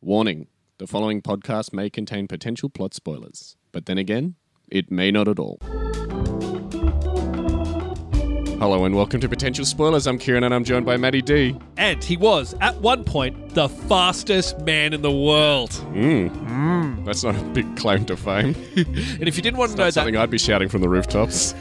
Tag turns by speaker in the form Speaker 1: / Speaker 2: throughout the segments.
Speaker 1: Warning the following podcast may contain potential plot spoilers, but then again, it may not at all. Hello and welcome to Potential Spoilers. I'm Kieran and I'm joined by Maddie D.
Speaker 2: And he was, at one point, the fastest man in the world.
Speaker 1: That's not a big claim to fame.
Speaker 2: And if you didn't want to know
Speaker 1: That's
Speaker 2: that,
Speaker 1: something I'd be shouting from the rooftops.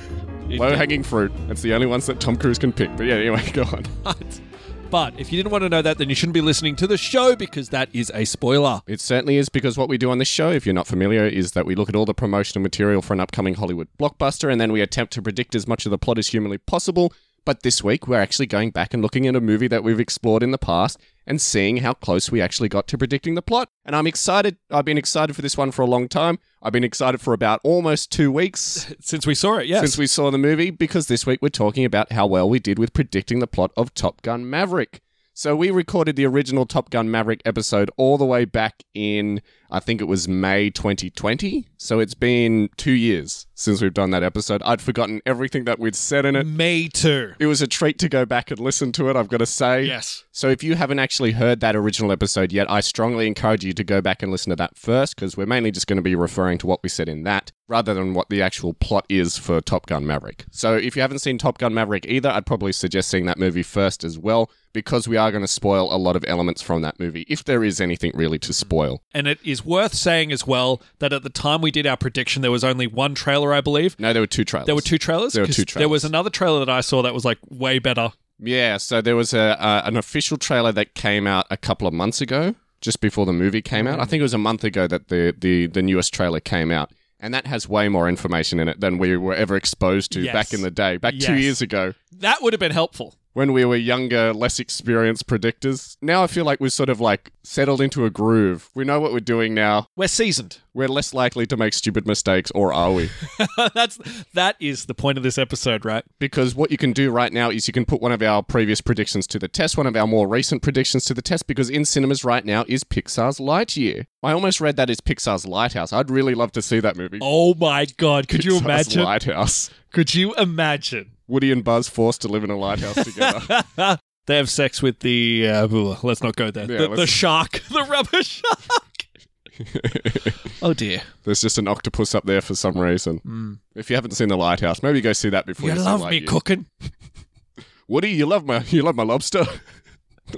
Speaker 2: it-
Speaker 1: Low hanging fruit. It's the only ones that Tom Cruise can pick. But yeah, anyway, go on.
Speaker 2: but, but if you didn't want to know that, then you shouldn't be listening to the show because that is a spoiler.
Speaker 1: It certainly is because what we do on this show, if you're not familiar, is that we look at all the promotional material for an upcoming Hollywood blockbuster and then we attempt to predict as much of the plot as humanly possible. But this week, we're actually going back and looking at a movie that we've explored in the past and seeing how close we actually got to predicting the plot. And I'm excited. I've been excited for this one for a long time. I've been excited for about almost two weeks
Speaker 2: Since we saw it, yes.
Speaker 1: since we saw the movie because this week we're talking about how well we did with predicting the plot of Top Gun Maverick. So we recorded the original Top Gun Maverick episode all the way back in I think it was May 2020. So it's been 2 years since we've done that episode. I'd forgotten everything that we'd said in it.
Speaker 2: Me too.
Speaker 1: It was a treat to go back and listen to it, I've got to say.
Speaker 2: Yes.
Speaker 1: So if you haven't actually heard that original episode yet, I strongly encourage you to go back and listen to that first because we're mainly just going to be referring to what we said in that rather than what the actual plot is for Top Gun Maverick. So if you haven't seen Top Gun Maverick either, I'd probably suggest seeing that movie first as well because we are going to spoil a lot of elements from that movie if there is anything really to spoil.
Speaker 2: And it is worth saying as well that at the time we did our prediction, there was only one trailer, I believe.
Speaker 1: No, there were two trailers.
Speaker 2: There were two trailers.
Speaker 1: There were
Speaker 2: 'Cause
Speaker 1: two
Speaker 2: There
Speaker 1: trailers.
Speaker 2: was another trailer that I saw that was like way better.
Speaker 1: Yeah, so there was a uh, an official trailer that came out a couple of months ago, just before the movie came out. I think it was a month ago that the the, the newest trailer came out, and that has way more information in it than we were ever exposed to
Speaker 2: Yes.
Speaker 1: back in the day, back two
Speaker 2: Yes.
Speaker 1: years ago
Speaker 2: That would have been helpful.
Speaker 1: when we were younger, less experienced predictors. Now I feel like we've sort of like settled into a groove. We know what we're doing now.
Speaker 2: We're seasoned.
Speaker 1: We're less likely to make stupid mistakes, or are we?
Speaker 2: That's that is the point of this episode, right?
Speaker 1: because what you can do right now is you can put one of our previous predictions to the test, one of our more recent predictions to the test, because in cinemas right now is Pixar's Lightyear. I almost read that as Pixar's Lighthouse. I'd really love to see that movie.
Speaker 2: Oh my god, could you
Speaker 1: Pixar's
Speaker 2: imagine?
Speaker 1: Lighthouse.
Speaker 2: Could you imagine?
Speaker 1: Woody and Buzz forced to live in a lighthouse together.
Speaker 2: They have sex with the. Uh, ugh, let's not go there.
Speaker 1: Yeah,
Speaker 2: the,
Speaker 1: let's-
Speaker 2: the shark, the rubber shark. oh dear.
Speaker 1: There's just an octopus up there for some reason. If you haven't seen the lighthouse, maybe go see that before
Speaker 2: Hmm. You
Speaker 1: you, see
Speaker 2: love me
Speaker 1: Lightyear.
Speaker 2: cooking.
Speaker 1: Woody, you love my you love my lobster.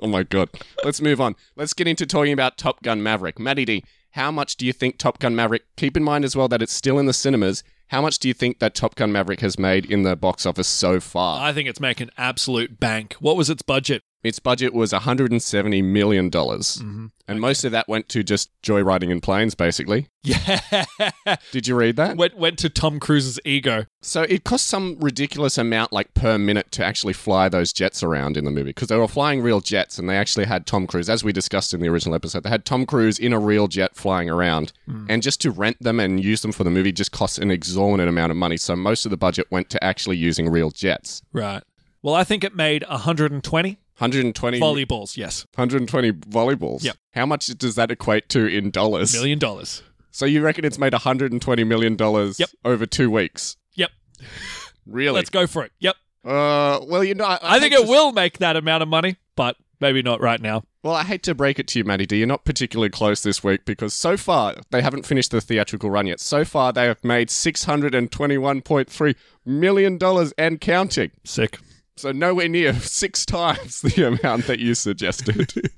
Speaker 1: oh my god. Let's move on. Let's get into talking about Top Gun Maverick. Maddie D, how much do you think Top Gun Maverick? Keep in mind as well that it's still in the cinemas. How much do you think that Top Gun Maverick has made in the box office so far?
Speaker 2: I think it's making absolute bank. What was its budget?
Speaker 1: Its budget was 170 million dollars, and most of that went to just joyriding in planes. Basically,
Speaker 2: Yeah.
Speaker 1: did you read that?
Speaker 2: went, went to Tom Cruise's ego.
Speaker 1: So it cost some ridiculous amount, like per minute, to actually fly those jets around in the movie because they were flying real jets and they actually had Tom Cruise, as we discussed in the original episode, they had Tom Cruise in a real jet flying around.
Speaker 2: Mm.
Speaker 1: And just to rent them and use them for the movie just costs an exorbitant amount of money. So most of the budget went to actually using real jets.
Speaker 2: Right. Well, I think it made 120
Speaker 1: 120,
Speaker 2: volleyballs. Yes.
Speaker 1: 120 volleyballs.
Speaker 2: Yep.
Speaker 1: How much does that equate to in dollars?
Speaker 2: Million dollars.
Speaker 1: So you reckon it's made 120 million dollars
Speaker 2: Yep.
Speaker 1: over two weeks?
Speaker 2: Yep.
Speaker 1: Really?
Speaker 2: Let's go for it. Yep.
Speaker 1: uh, well, you know, I,
Speaker 2: I, think
Speaker 1: hate
Speaker 2: it
Speaker 1: to
Speaker 2: will make that amount of money, but maybe not right now.
Speaker 1: Well, I hate to break it to you, Matty D. You're not particularly close this week because so far they haven't finished the theatrical run yet. So far they have made $621.3 million and counting.
Speaker 2: Sick.
Speaker 1: So nowhere near six times the amount that you suggested.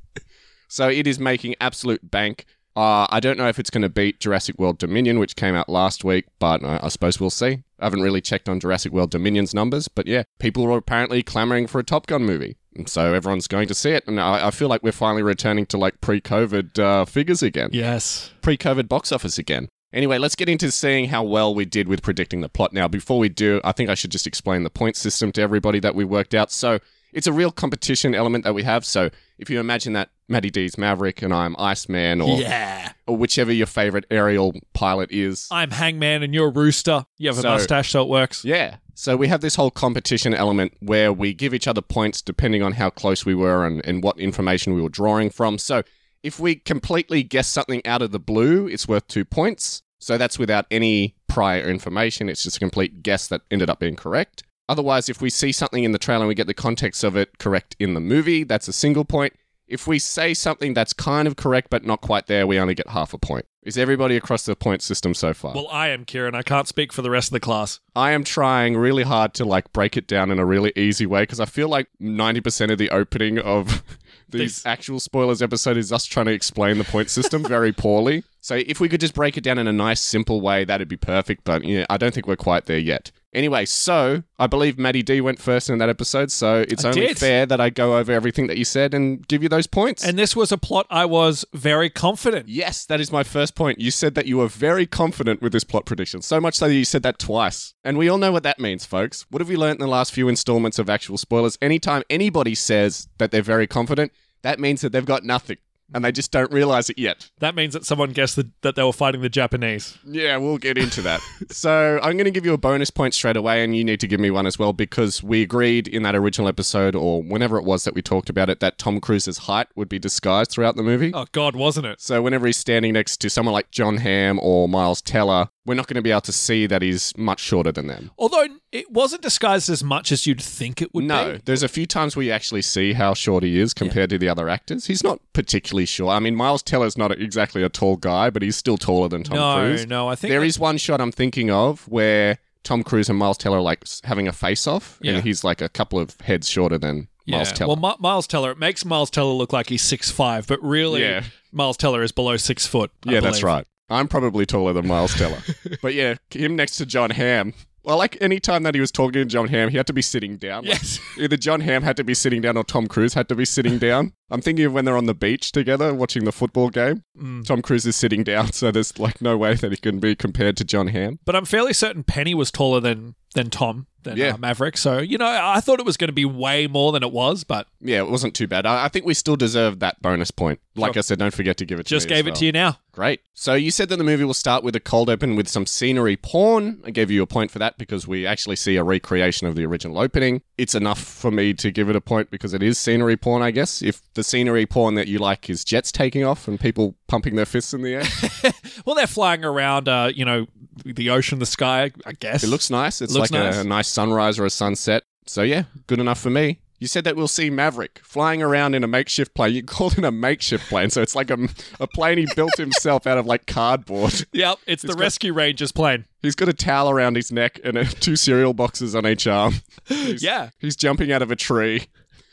Speaker 1: so it is making absolute bank. Uh, I don't know if it's going to beat Jurassic World Dominion, which came out last week, but I, I suppose we'll see. I haven't really checked on Jurassic World Dominion's numbers, but yeah, people are apparently clamoring for a Top Gun movie. And so everyone's going to see it. And I, I feel like we're finally returning to like pre COVID uh, figures again
Speaker 2: Yes.
Speaker 1: pre-COVID box office again. Anyway, let's get into seeing how well we did with predicting the plot. Now, before we do, I think I should just explain the point system to everybody that we worked out. So it's a real competition element that we have. So if you imagine that Matty D's Maverick and I'm Iceman or,
Speaker 2: Yeah.
Speaker 1: or whichever your favorite aerial pilot is.
Speaker 2: I'm Hangman and you're Rooster. You have a
Speaker 1: So-
Speaker 2: mustache, so it works.
Speaker 1: yeah. So we have this whole competition element where we give each other points depending on how close we were and, and what information we were drawing from. So if we completely guess something out of the blue, it's worth two points. So that's without any prior information. It's just a complete guess that ended up being correct. Otherwise, if we see something in the trailer and we get the context of it correct in the movie, that's a single point. If we say something that's kind of correct but not quite there, we only get half a point. Is everybody across the point system so far?
Speaker 2: Well, I am Kieran. I can't speak for the rest of the class.
Speaker 1: I am trying really hard to like break it down in a really easy way because I feel like 90% of the opening of these
Speaker 2: These-
Speaker 1: actual spoilers episode is us trying to explain the point system very poorly. So if we could just break it down in a nice simple way, that'd be perfect, but yeah, I don't think we're quite there yet. Anyway, so I believe Maddie D went first in that episode, so it's
Speaker 2: I
Speaker 1: only
Speaker 2: did.
Speaker 1: fair that I go over everything that you said and give you those points.
Speaker 2: And this was a plot I was very confident.
Speaker 1: Yes, that is my first point. You said that you were very confident with this plot prediction, so much so that you said that twice. And we all know what that means, folks. What have we learned in the last few installments of actual spoilers? Anytime anybody says that they're very confident, that means that they've got nothing and they just don't realize it yet.
Speaker 2: That means that someone guessed that, that they were fighting the Japanese.
Speaker 1: Yeah, we'll get into that. so I'm going to give you a bonus point straight away, and you need to give me one as well because we agreed in that original episode or whenever it was that we talked about it that Tom Cruise's height would be disguised throughout the movie.
Speaker 2: Oh God, wasn't it?
Speaker 1: So whenever he's standing next to someone like John Hamm or Miles Teller, we're not going to be able to see that he's much shorter than them.
Speaker 2: Although it wasn't disguised as much as you'd think it would
Speaker 1: no,
Speaker 2: be.
Speaker 1: there's a few times where you actually see how short he is compared to the other actors. He's not particularly short. I mean, Miles Teller's not exactly a tall guy, but he's still taller than Tom
Speaker 2: no,
Speaker 1: Cruise.
Speaker 2: no. I think
Speaker 1: There
Speaker 2: that-
Speaker 1: is one shot I'm thinking of where Tom Cruise and Miles Teller are like s- having a face off,
Speaker 2: Yeah.
Speaker 1: and he's like a couple of heads shorter than Miles
Speaker 2: Yeah.
Speaker 1: Teller.
Speaker 2: Well, Mi- Miles Teller. It makes Miles Teller look like he's six five, but really,
Speaker 1: Yeah.
Speaker 2: Miles Teller is below six foot. I
Speaker 1: yeah, that's
Speaker 2: believe.
Speaker 1: right. I'm probably taller than Miles Teller. but yeah, him next to John Hamm. Well, like any time that he was talking to John Hamm, he had to be sitting down. Like,
Speaker 2: Yes.
Speaker 1: either John Hamm had to be sitting down or Tom Cruise had to be sitting down. I'm thinking of when they're on the beach together watching the football game.
Speaker 2: Mm.
Speaker 1: Tom Cruise is sitting down, so there's like no way that he can be compared to John Hamm.
Speaker 2: But I'm fairly certain Penny was taller than than Tom than
Speaker 1: Yeah.
Speaker 2: uh, Maverick. So you know, I thought it was going to be way more than it was, but
Speaker 1: Yeah, it wasn't too bad. I, I think we still deserve that bonus point. Like I said, don't forget to give it to
Speaker 2: just
Speaker 1: me as
Speaker 2: gave it
Speaker 1: well.
Speaker 2: to you now.
Speaker 1: Great. So you said that the movie will start with a cold open with some scenery porn. I gave you a point for that because we actually see a recreation of the original opening. It's enough for me to give it a point because it is scenery porn, I guess. If the scenery porn that you like is jets taking off and people pumping their fists in the air,
Speaker 2: Well, they're flying around, uh, you know, the ocean, the sky. I guess
Speaker 1: it looks nice. It's
Speaker 2: Looks
Speaker 1: like
Speaker 2: nice.
Speaker 1: A, a nice sunrise or a sunset. So yeah, good enough for me. You said that we'll see Maverick flying around in a makeshift plane. You called it a makeshift plane, so it's like a, a plane he built himself out of like cardboard.
Speaker 2: Yep, it's, the
Speaker 1: got-
Speaker 2: Rescue Rangers plane.
Speaker 1: He's got a towel around his neck and uh, two cereal boxes on each arm. He's-
Speaker 2: Yeah.
Speaker 1: He's jumping out of a tree.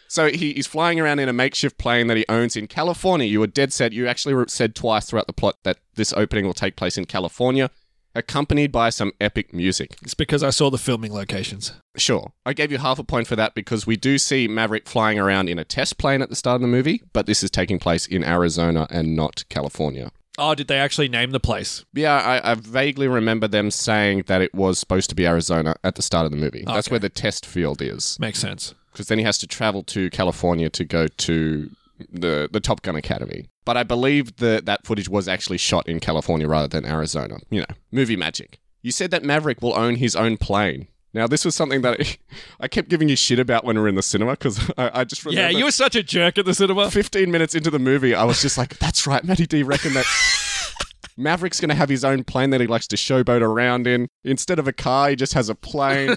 Speaker 1: So he, he's flying around in a makeshift plane that he owns in California. You were dead set. You actually re- said twice throughout the plot that this opening will take place in California, accompanied by some epic music.
Speaker 2: It's because I saw the filming locations.
Speaker 1: Sure. I gave you half a point for that because we do see Maverick flying around in a test plane at the start of the movie, but this is taking place in Arizona and not California.
Speaker 2: Oh, did they actually name the place?
Speaker 1: Yeah, I, I vaguely remember them saying that it was supposed to be Arizona at the start of the movie. That's
Speaker 2: Okay.
Speaker 1: where the test field is,
Speaker 2: Makes sense.
Speaker 1: because then he has to travel to California to go to the the Top Gun Academy. But I believe that that footage was actually shot in California rather than Arizona. You know, movie magic. You said that Maverick will own his own plane. Now, this was something that I kept giving you shit about when we were in the cinema because I, I just remember.
Speaker 2: Yeah, you were such a jerk at the cinema.
Speaker 1: 15 minutes into the movie, I was just like, that's right, Matty D reckon that Maverick's going to have his own plane that he likes to showboat around in. Instead of a car, he just has a plane.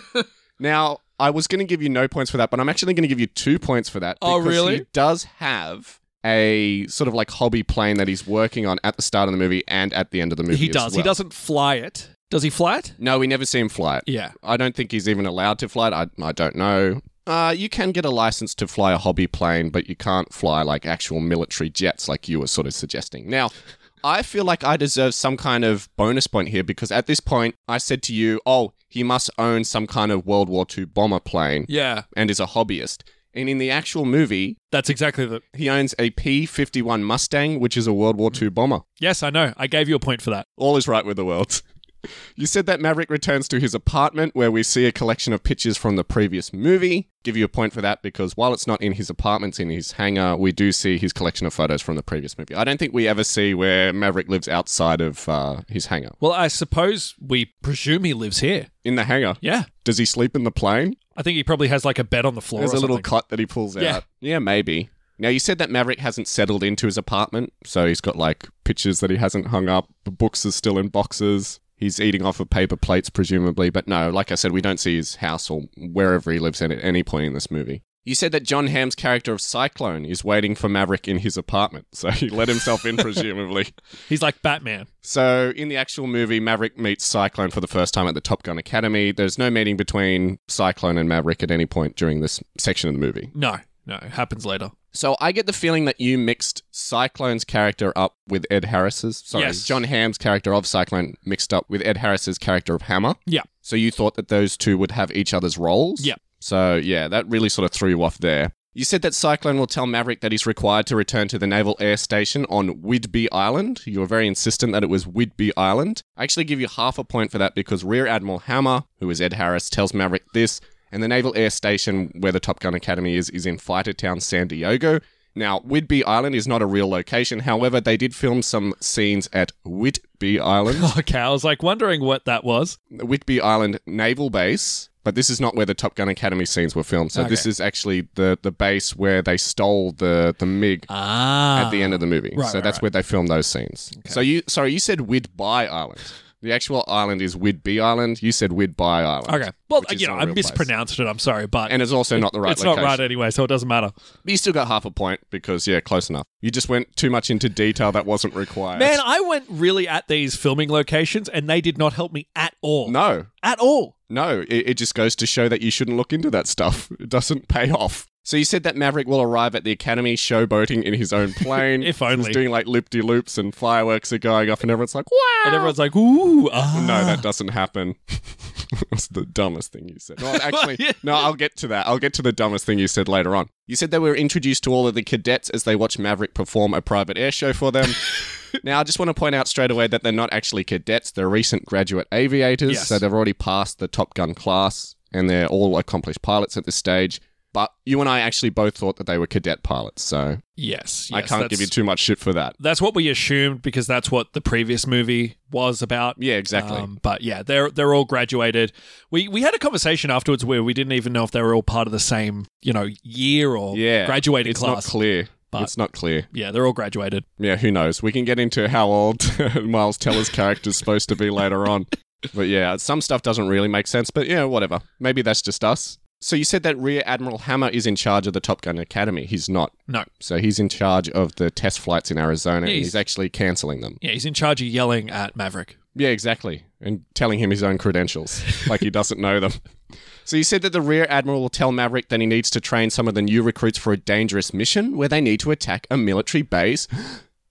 Speaker 1: now, I was going to give you no points for that, but I'm actually going to give you two points for that.
Speaker 2: Oh,
Speaker 1: because
Speaker 2: really?
Speaker 1: He does have a sort of like hobby plane that he's working on at the start of the movie and at the end of the movie.
Speaker 2: He
Speaker 1: as
Speaker 2: does. He
Speaker 1: well.
Speaker 2: doesn't fly it. Does he fly it?
Speaker 1: No, we never see him fly it.
Speaker 2: Yeah.
Speaker 1: I don't think he's even allowed to fly it. I, I don't know. Uh, you can get a license to fly a hobby plane, but you can't fly like actual military jets like you were sort of suggesting. Now, I feel like I deserve some kind of bonus point here because at this point I said to you, oh, he must own some kind of World War II bomber plane
Speaker 2: Yeah.
Speaker 1: and is a hobbyist. And in the actual movie,
Speaker 2: That's exactly the.
Speaker 1: he owns a P 51 Mustang, which is a World War II bomber.
Speaker 2: Yes, I know. I gave you a point for that.
Speaker 1: All is right with the world. You said that Maverick returns to his apartment where we see a collection of pictures from the previous movie. Give you a point for that because while it's not in his apartment, it's in his hangar, we do see his collection of photos from the previous movie. I don't think we ever see where Maverick lives outside of uh, his hangar.
Speaker 2: Well, I suppose we presume he lives here.
Speaker 1: In the hangar,
Speaker 2: Yeah.
Speaker 1: does he sleep in the plane?
Speaker 2: I think he probably has like a bed on the floor.
Speaker 1: There's
Speaker 2: or
Speaker 1: a little
Speaker 2: something.
Speaker 1: cot that he pulls
Speaker 2: Yeah.
Speaker 1: out. Yeah, maybe. Now, you said that Maverick hasn't settled into his apartment, so he's got like pictures that he hasn't hung up. The books are still in boxes. He's eating off of paper plates, presumably. But no, like I said, we don't see his house or wherever he lives at at any point in this movie. You said that John Hamm's character of Cyclone is waiting for Maverick in his apartment, so he let himself in, presumably.
Speaker 2: He's like Batman.
Speaker 1: So, in the actual movie, Maverick meets Cyclone for the first time at the Top Gun Academy. There's no meeting between Cyclone and Maverick at any point during this section of the movie.
Speaker 2: No, no, it happens later.
Speaker 1: So, I get the feeling that you mixed Cyclone's character up with Ed Harris's. Sorry,
Speaker 2: Yes.
Speaker 1: John Hamm's character of Cyclone mixed up with Ed Harris's character of Hammer.
Speaker 2: Yeah.
Speaker 1: So, you thought that those two would have each other's roles?
Speaker 2: Yeah.
Speaker 1: So, yeah, that really sort of threw you off there. You said that Cyclone will tell Maverick that he's required to return to the Naval Air Station on Whidbey Island. You were very insistent that it was Whidbey Island. I actually give you half a point for that because Rear Admiral Hammer, who is Ed Harris, tells Maverick this, and the Naval Air Station where the Top Gun Academy is is in Fighter Town, San Diego. Now, Whidbey Island is not a real location. However, they did film some scenes at Whitby Island.
Speaker 2: Okay, I was like wondering what that was.
Speaker 1: Whitby Island Naval Base, but this is not where the Top Gun Academy scenes were filmed. So this
Speaker 2: Okay.
Speaker 1: is actually the the base where they stole the the MiG
Speaker 2: Ah.
Speaker 1: at the end of the movie.
Speaker 2: Right,
Speaker 1: so
Speaker 2: right,
Speaker 1: that's
Speaker 2: right.
Speaker 1: where they filmed those scenes. So you sorry, you said Whidby Island. The actual island is Whidby Island. You said Whidby Island.
Speaker 2: Okay. Well,
Speaker 1: which is
Speaker 2: you know,
Speaker 1: not a
Speaker 2: I
Speaker 1: real place.
Speaker 2: mispronounced it. I'm sorry, but
Speaker 1: And it's also not the right
Speaker 2: it's
Speaker 1: location.
Speaker 2: not right anyway, so it doesn't matter.
Speaker 1: But you still got half a point because yeah, close enough. You just went too much into detail that wasn't required.
Speaker 2: Man, I went really at these filming locations, and they did not help me at all.
Speaker 1: no.
Speaker 2: At all.
Speaker 1: No, it, it just goes to show that you shouldn't look into that stuff. It doesn't pay off. So you said that Maverick will arrive at the academy showboating in his own plane.
Speaker 2: If
Speaker 1: He's
Speaker 2: only.
Speaker 1: doing like loop de loops and fireworks are going off and everyone's like, wow.
Speaker 2: And everyone's like, ooh, ah.
Speaker 1: no, that doesn't happen. That's the dumbest thing you said. No, actually,
Speaker 2: Yeah.
Speaker 1: no, I'll get to that. I'll get to the dumbest thing you said later on. You said they were introduced to all of the cadets as they watch Maverick perform a private air show for them. now, I just want to point out straight away that they're not actually cadets, they're recent graduate aviators.
Speaker 2: Yes.
Speaker 1: So they've already passed the Top Gun class and they're all accomplished pilots at this stage. But you and I actually both thought that they were cadet pilots. So
Speaker 2: Yes, yes.
Speaker 1: I can't give
Speaker 2: that's-
Speaker 1: you too much shit for that.
Speaker 2: That's what we assumed because that's what the previous movie was about.
Speaker 1: Yeah, exactly.
Speaker 2: Um, but yeah, they're they're all graduated. We we had a conversation afterwards where we didn't even know if they were all part of the same you know year or
Speaker 1: yeah.
Speaker 2: graduating
Speaker 1: It's
Speaker 2: class.
Speaker 1: not clear.
Speaker 2: but-
Speaker 1: It's not clear.
Speaker 2: yeah, they're all graduated.
Speaker 1: Yeah, who knows? We can get into how old Miles Teller's character's supposed to be later on. But yeah, some stuff doesn't really make sense, but yeah, whatever. Maybe that's just us. So you said that Rear Admiral Hammer is in charge of the Top Gun Academy. He's not.
Speaker 2: No,
Speaker 1: So he's in charge of the test flights in Arizona and
Speaker 2: Yeah,
Speaker 1: he's,
Speaker 2: he's-
Speaker 1: actually canceling them.
Speaker 2: yeah, he's in charge of yelling at Maverick.
Speaker 1: Yeah, exactly. And telling him his own credentials, like he doesn't know them. So you said that the Rear Admiral will tell Maverick that he needs to train some of the new recruits for a dangerous mission where they need to attack a military base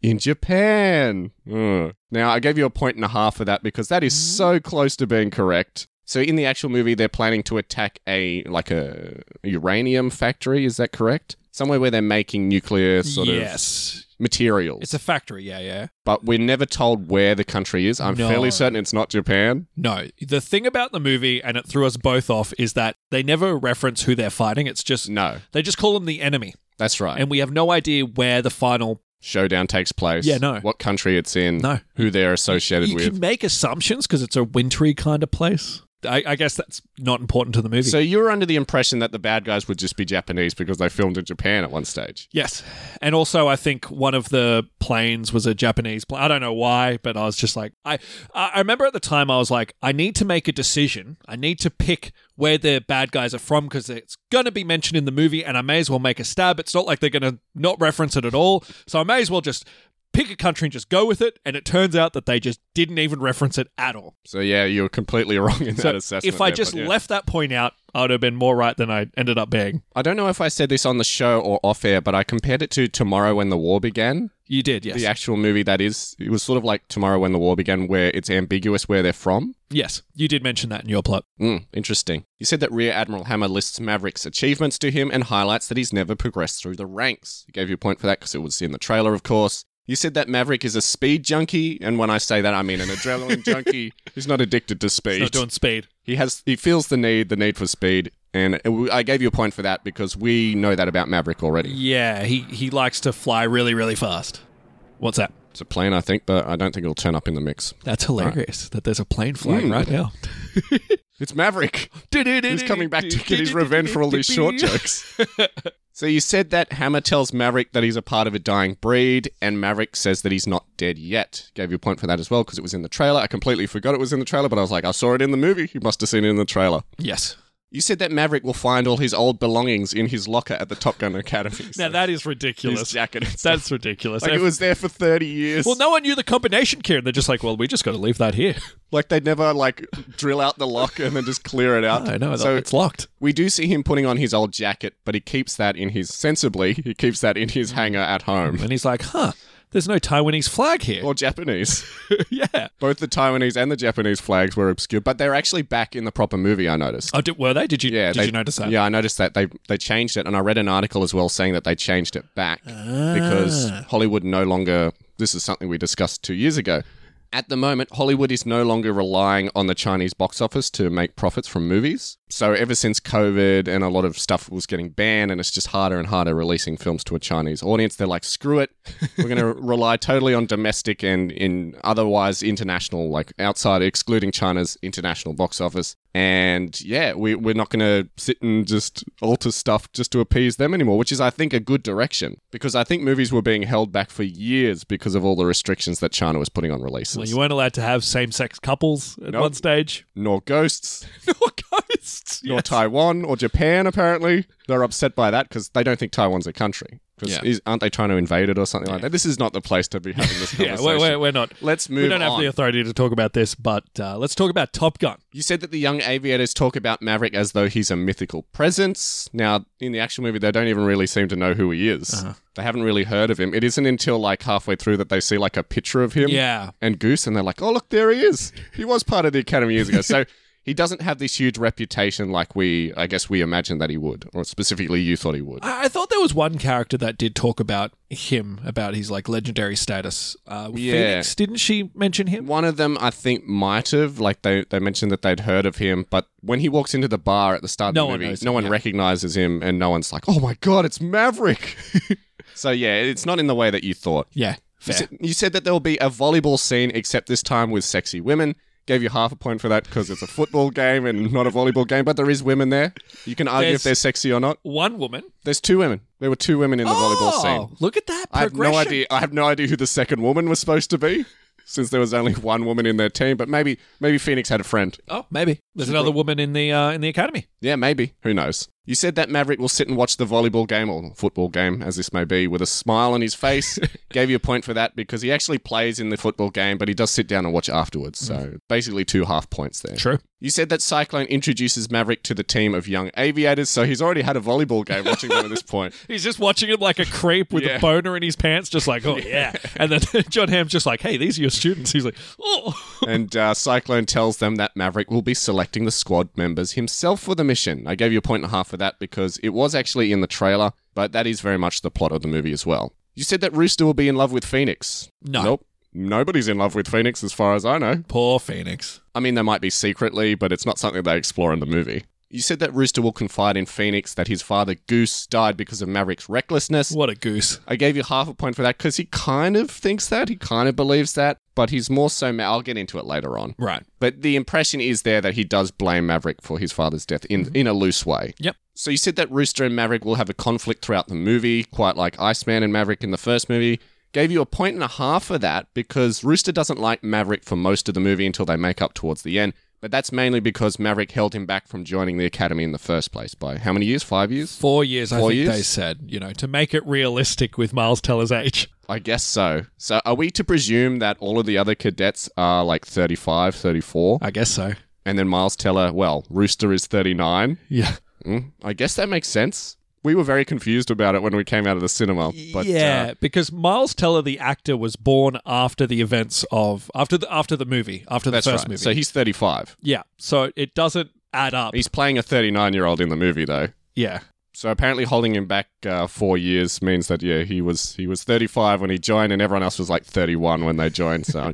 Speaker 1: in Japan. Ugh. Now, I gave you a point and a half for that because that is so
Speaker 2: Mm-hmm.
Speaker 1: close to being correct. So in the actual movie, they're planning to attack a like a uranium factory. Is that correct? Somewhere where they're making nuclear sort of
Speaker 2: yes,
Speaker 1: materials
Speaker 2: it's a factory. Yeah, yeah.
Speaker 1: but we're never told where the country is. I'm
Speaker 2: No.
Speaker 1: fairly certain it's not Japan.
Speaker 2: No, the thing about the movie and it threw us both off is that they never reference who they're fighting. It's just
Speaker 1: No,
Speaker 2: they just call them the enemy,
Speaker 1: that's right.
Speaker 2: and we have no idea where the final.
Speaker 1: Showdown takes place.
Speaker 2: Yeah, no.
Speaker 1: What country it's in.
Speaker 2: No.
Speaker 1: Who they're associated
Speaker 2: you
Speaker 1: with.
Speaker 2: can make assumptions because it's a wintry kind of place. I, I guess that's not important to the movie.
Speaker 1: So you were under the impression that the bad guys would just be Japanese because they filmed in Japan at one stage.
Speaker 2: Yes. And also I think one of the planes was a Japanese plane. I don't know why, but I was just like I I I remember at the time I was like I need to make a decision. I need to pick where the bad guys are from because it's going to be mentioned in the movie and I may as well make a stab. It's not like they're going to not reference it at all. So I may as well just pick a country and just go with it and it turns out that they just didn't even reference it at all.
Speaker 1: So yeah, you were completely wrong in that
Speaker 2: So
Speaker 1: assessment.
Speaker 2: if I
Speaker 1: there,
Speaker 2: just
Speaker 1: but yeah.
Speaker 2: left that point out, I would have been more right than I ended up being.
Speaker 1: I don't know if I said this on the show or off air, but I compared it to Tomorrow When the War Began,
Speaker 2: You did, yes.
Speaker 1: the actual movie that is. It was sort of like Tomorrow When the War Began, where it's ambiguous where they're from.
Speaker 2: Yes. You did mention that in your plot.
Speaker 1: Mm, interesting. You said that Rear Admiral Hammer lists Maverick's achievements to him and highlights that he's never progressed through the ranks. I gave you a point for that because it was in the trailer, of course. You said that Maverick is a speed junkie, and when I say that, I mean an adrenaline junkie. He's not addicted to
Speaker 2: He's
Speaker 1: speed.
Speaker 2: not doing speed.
Speaker 1: he has. He feels the need, the need for speed, and it- I gave you a point for that because we know that about Maverick already.
Speaker 2: Yeah, he, he likes to fly really, really fast. What's that?
Speaker 1: It's a plane, I think, but I don't think it'll turn up in the mix.
Speaker 2: That's hilarious that there's a plane flying
Speaker 1: Mm.
Speaker 2: right now.
Speaker 1: It's Maverick. He's coming back to get his revenge for all these short jokes. So you said that Hammer tells Maverick that he's a part of a dying breed, and Maverick says that he's not dead yet. Gave you a point for that as well because it was in the trailer. I completely forgot it was in the trailer, but I was like, I saw it in the movie. You must have seen it in the trailer.
Speaker 2: Yes.
Speaker 1: You said that Maverick will find all his old belongings in his locker at the Top Gun Academy.
Speaker 2: Now
Speaker 1: so
Speaker 2: that is
Speaker 1: his
Speaker 2: ridiculous.
Speaker 1: jacket. and stuff.
Speaker 2: That's ridiculous.
Speaker 1: like it was there for thirty years.
Speaker 2: well, no one knew the combination, Kieran. They're just like, well, we just got to leave that here.
Speaker 1: Like they'd never like drill out the lock and then just clear it out.
Speaker 2: I know.
Speaker 1: So
Speaker 2: it's locked.
Speaker 1: we do see him putting on his old jacket, but he keeps that in his sensibly. He keeps that in his hangar at home.
Speaker 2: And he's like, huh, there's no Taiwanese flag here.
Speaker 1: Or Japanese.
Speaker 2: yeah.
Speaker 1: Both the Taiwanese and the Japanese flags were obscure, but they're actually back in the proper movie. I noticed.
Speaker 2: Oh, did, were they? Did you,
Speaker 1: Yeah,
Speaker 2: did
Speaker 1: they-
Speaker 2: you notice that?
Speaker 1: Yeah, I noticed that they they changed it, and I read an article as well saying that they changed it back because
Speaker 2: Ah.
Speaker 1: Hollywood no longer. This is something we discussed two years ago. At the moment, Hollywood is no longer relying on the Chinese box office to make profits from movies. So ever since COVID and a lot of stuff was getting banned, and it's just harder and harder releasing films to a Chinese audience, they're like, "Screw it, we're going to rely totally on domestic and in otherwise international, like outside, excluding China's international box office." And yeah, we, we're not going to sit and just alter stuff just to appease them anymore, which is, I think, a good direction because I think movies were being held back for years because of all the restrictions that China was putting on releases.
Speaker 2: Well, you weren't allowed to have same sex couples at
Speaker 1: Nope.
Speaker 2: one stage.
Speaker 1: nor ghosts,
Speaker 2: Nor ghosts.
Speaker 1: nor
Speaker 2: Yes.
Speaker 1: Taiwan, or Japan, apparently. They're upset by that because they don't think Taiwan's a country. Because
Speaker 2: Yeah.
Speaker 1: aren't they trying to invade it or something like that? This is not the place to be having this
Speaker 2: Yeah,
Speaker 1: conversation.
Speaker 2: we're, we're, we're not.
Speaker 1: Let's move
Speaker 2: We don't
Speaker 1: on.
Speaker 2: have the authority to talk about this, but uh, let's talk about Top Gun.
Speaker 1: You said that the young aviators talk about Maverick as though he's a mythical presence. Now, in the actual movie, they don't even really seem to know who he is.
Speaker 2: Uh-huh.
Speaker 1: They haven't really heard of him. It isn't until like halfway through that they see like a picture of him
Speaker 2: Yeah.
Speaker 1: and Goose, and they're like, "Oh, look, there he is. He was part of the Academy years ago." so he doesn't have this huge reputation like we, I guess, we imagined that he would, or specifically you thought he would.
Speaker 2: I I thought there was one character that did talk about him, about his like legendary status. Uh,
Speaker 1: Yeah.
Speaker 2: Phoenix, didn't she mention him?
Speaker 1: One of them, I think, might have. Like, they, they mentioned that they'd heard of him, but when he walks into the bar at the start of
Speaker 2: No
Speaker 1: the
Speaker 2: one
Speaker 1: movie,
Speaker 2: knows
Speaker 1: no
Speaker 2: him,
Speaker 1: one
Speaker 2: yeah.
Speaker 1: recognizes him, and no one's like, oh my God, it's Maverick. so, yeah, it's not in the way that you thought.
Speaker 2: Yeah,
Speaker 1: You
Speaker 2: fair.
Speaker 1: said, you said that there will be a volleyball scene, except this time with sexy women. Gave you half a point for that because it's a football game and not a volleyball game, but there is women there. You can argue if
Speaker 2: There's-
Speaker 1: they're sexy or not.
Speaker 2: One woman. Oh,
Speaker 1: There's two women. There were two women in the volleyball scene.
Speaker 2: look at that
Speaker 1: I have
Speaker 2: progression.
Speaker 1: no idea. I have no idea who the second woman was supposed to be, since there was only one woman in their team. But maybe, maybe Phoenix had a friend.
Speaker 2: Oh, maybe there's another woman in the uh, in the academy.
Speaker 1: Yeah, maybe. Who knows? You said that Maverick will sit and watch the volleyball game or football game, as this may be, with a smile on his face. Gave you a point for that because he actually plays in the football game, but he does sit down and watch afterwards. So basically, two half points there.
Speaker 2: Mm. True.
Speaker 1: You said that Cyclone introduces Maverick to the team of young aviators, so he's already had a volleyball game watching them at this point.
Speaker 2: He's just watching him like a creep with
Speaker 1: Yeah.
Speaker 2: a boner in his pants, just like oh yeah. And then John Hamm's just like, hey, these are your students. He's like, oh,
Speaker 1: and uh, Cyclone tells them that Maverick will be selecting the squad members himself for the mission. I gave you a point and a half for that because it was actually in the trailer, but that is very much the plot of the movie as well. You said that Rooster will be in love with Phoenix.
Speaker 2: No.
Speaker 1: Nope. Nobody's in love with Phoenix as far as I know.
Speaker 2: poor Phoenix.
Speaker 1: I mean, they might be secretly, but it's not something they explore in the movie. You said that Rooster will confide in Phoenix that his father, Goose, died because of Maverick's recklessness.
Speaker 2: What a goose.
Speaker 1: I gave you half a point for that because he kind of thinks that. He kind of believes that, but he's more so. Ma- I'll get into it later on.
Speaker 2: Right.
Speaker 1: But the impression is there that he does blame Maverick for his father's death in, in a loose way.
Speaker 2: Yep.
Speaker 1: So you said that Rooster and Maverick will have a conflict throughout the movie, quite like Iceman and Maverick in the first movie. Gave you a point and a half for that because Rooster doesn't like Maverick for most of the movie until they make up towards the end. But that's mainly because Maverick held him back from joining the academy in the first place by how many years? Five years?
Speaker 2: Four years, I
Speaker 1: Four
Speaker 2: think
Speaker 1: years?
Speaker 2: they said, you know, to make it realistic with Miles Teller's age.
Speaker 1: I guess so. So are we to presume that all of the other cadets are like 35, 34?
Speaker 2: I guess so.
Speaker 1: And then Miles Teller, well, Rooster is 39.
Speaker 2: Yeah.
Speaker 1: Mm, I guess that makes sense. We were very confused about it when we came out of the cinema. But,
Speaker 2: yeah,
Speaker 1: uh,
Speaker 2: because Miles Teller, the actor, was born after the events of after the after the movie, after the
Speaker 1: that's
Speaker 2: first
Speaker 1: right.
Speaker 2: movie.
Speaker 1: So he's 35.
Speaker 2: yeah, so it doesn't add up.
Speaker 1: He's playing a 39 year old in the movie, though.
Speaker 2: yeah,
Speaker 1: So apparently, holding him back uh, four years means that yeah, he was he was 35 when he joined, and everyone else was like 31 when they joined. So,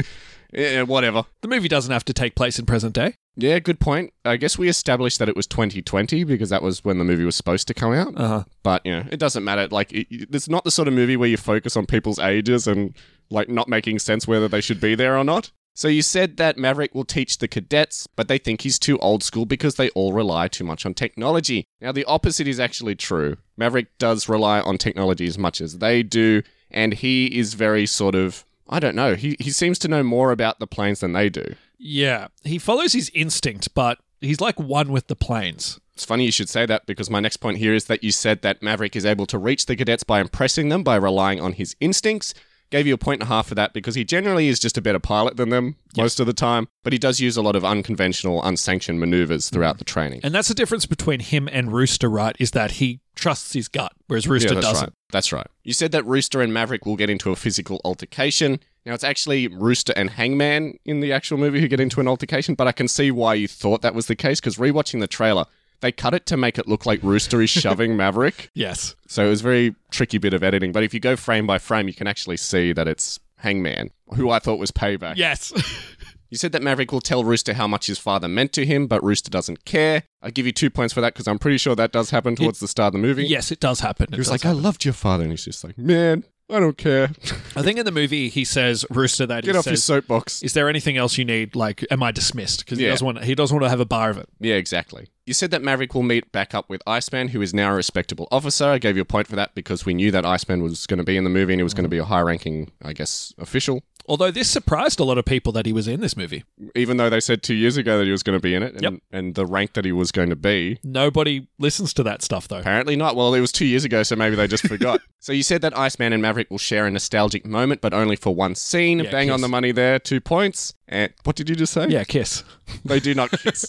Speaker 1: yeah, whatever.
Speaker 2: the movie doesn't have to take place in present day.
Speaker 1: Yeah, good point. I guess we established that it was 2020 because that was when the movie was supposed to come out.
Speaker 2: Uh huh.
Speaker 1: But you know, it doesn't matter. Like, it, it's not the sort of movie where you focus on people's ages and like not making sense whether they should be there or not. So you said that Maverick will teach the cadets, but they think he's too old school because they all rely too much on technology. Now the opposite is actually true. Maverick does rely on technology as much as they do, and he is very sort of I don't know. He he seems to know more about the planes than they do.
Speaker 2: Yeah, he follows his instinct, but he's like one with the planes.
Speaker 1: It's funny you should say that because my next point here is that you said that Maverick is able to reach the cadets by impressing them by relying on his instincts. Gave you a point and a half for that because he generally is just a better pilot than them most of the time, but he does use a lot of unconventional, unsanctioned maneuvers throughout the training.
Speaker 2: And that's the difference between him and Rooster, right? Is that he trusts his gut, whereas Rooster
Speaker 1: Yeah, that's
Speaker 2: doesn't.
Speaker 1: Right. That's right. You said that Rooster and Maverick will get into a physical altercation. Now, it's actually Rooster and Hangman in the actual movie who get into an altercation, but I can see why you thought that was the case because rewatching the trailer, they cut it to make it look like Rooster is shoving Maverick.
Speaker 2: Yes.
Speaker 1: So it was a very tricky bit of editing. But if you go frame by frame, you can actually see that it's Hangman, who I thought was Payback.
Speaker 2: Yes.
Speaker 1: You said that Maverick will tell Rooster how much his father meant to him, but Rooster doesn't care. I give you two points for that because I'm pretty sure that does happen towards the start of the movie.
Speaker 2: yes, it does happen. It
Speaker 1: He was
Speaker 2: does
Speaker 1: like, I loved your father. And he's just like, man, I don't care.
Speaker 2: I think in the movie he says Rooster that
Speaker 1: Get
Speaker 2: he
Speaker 1: off your
Speaker 2: says,
Speaker 1: soapbox.
Speaker 2: "Is there anything else you need? Like, am I dismissed?" Because he
Speaker 1: Yeah.
Speaker 2: doesn't want he doesn't want to have a bar of it.
Speaker 1: Yeah, exactly. You said that Maverick will meet back up with Iceman, who is now a respectable officer. I gave you a point for that because we knew that Iceman was going to be in the movie and he was going to be a high ranking, I guess, official,
Speaker 2: Although this surprised a lot of people that he was in this movie.
Speaker 1: even though they said two years ago that he was going to be in it and,
Speaker 2: Yep.
Speaker 1: and the rank that he was going to be.
Speaker 2: Nobody listens to that stuff though.
Speaker 1: Apparently not. Well, it was two years ago, so maybe they just forgot. So you said that Iceman and Maverick will share a nostalgic moment, but only for one scene.
Speaker 2: Yeah,
Speaker 1: Bang on
Speaker 2: kiss.
Speaker 1: the money there, two points. And what did you just say?
Speaker 2: Yeah, kiss.
Speaker 1: They do not kiss.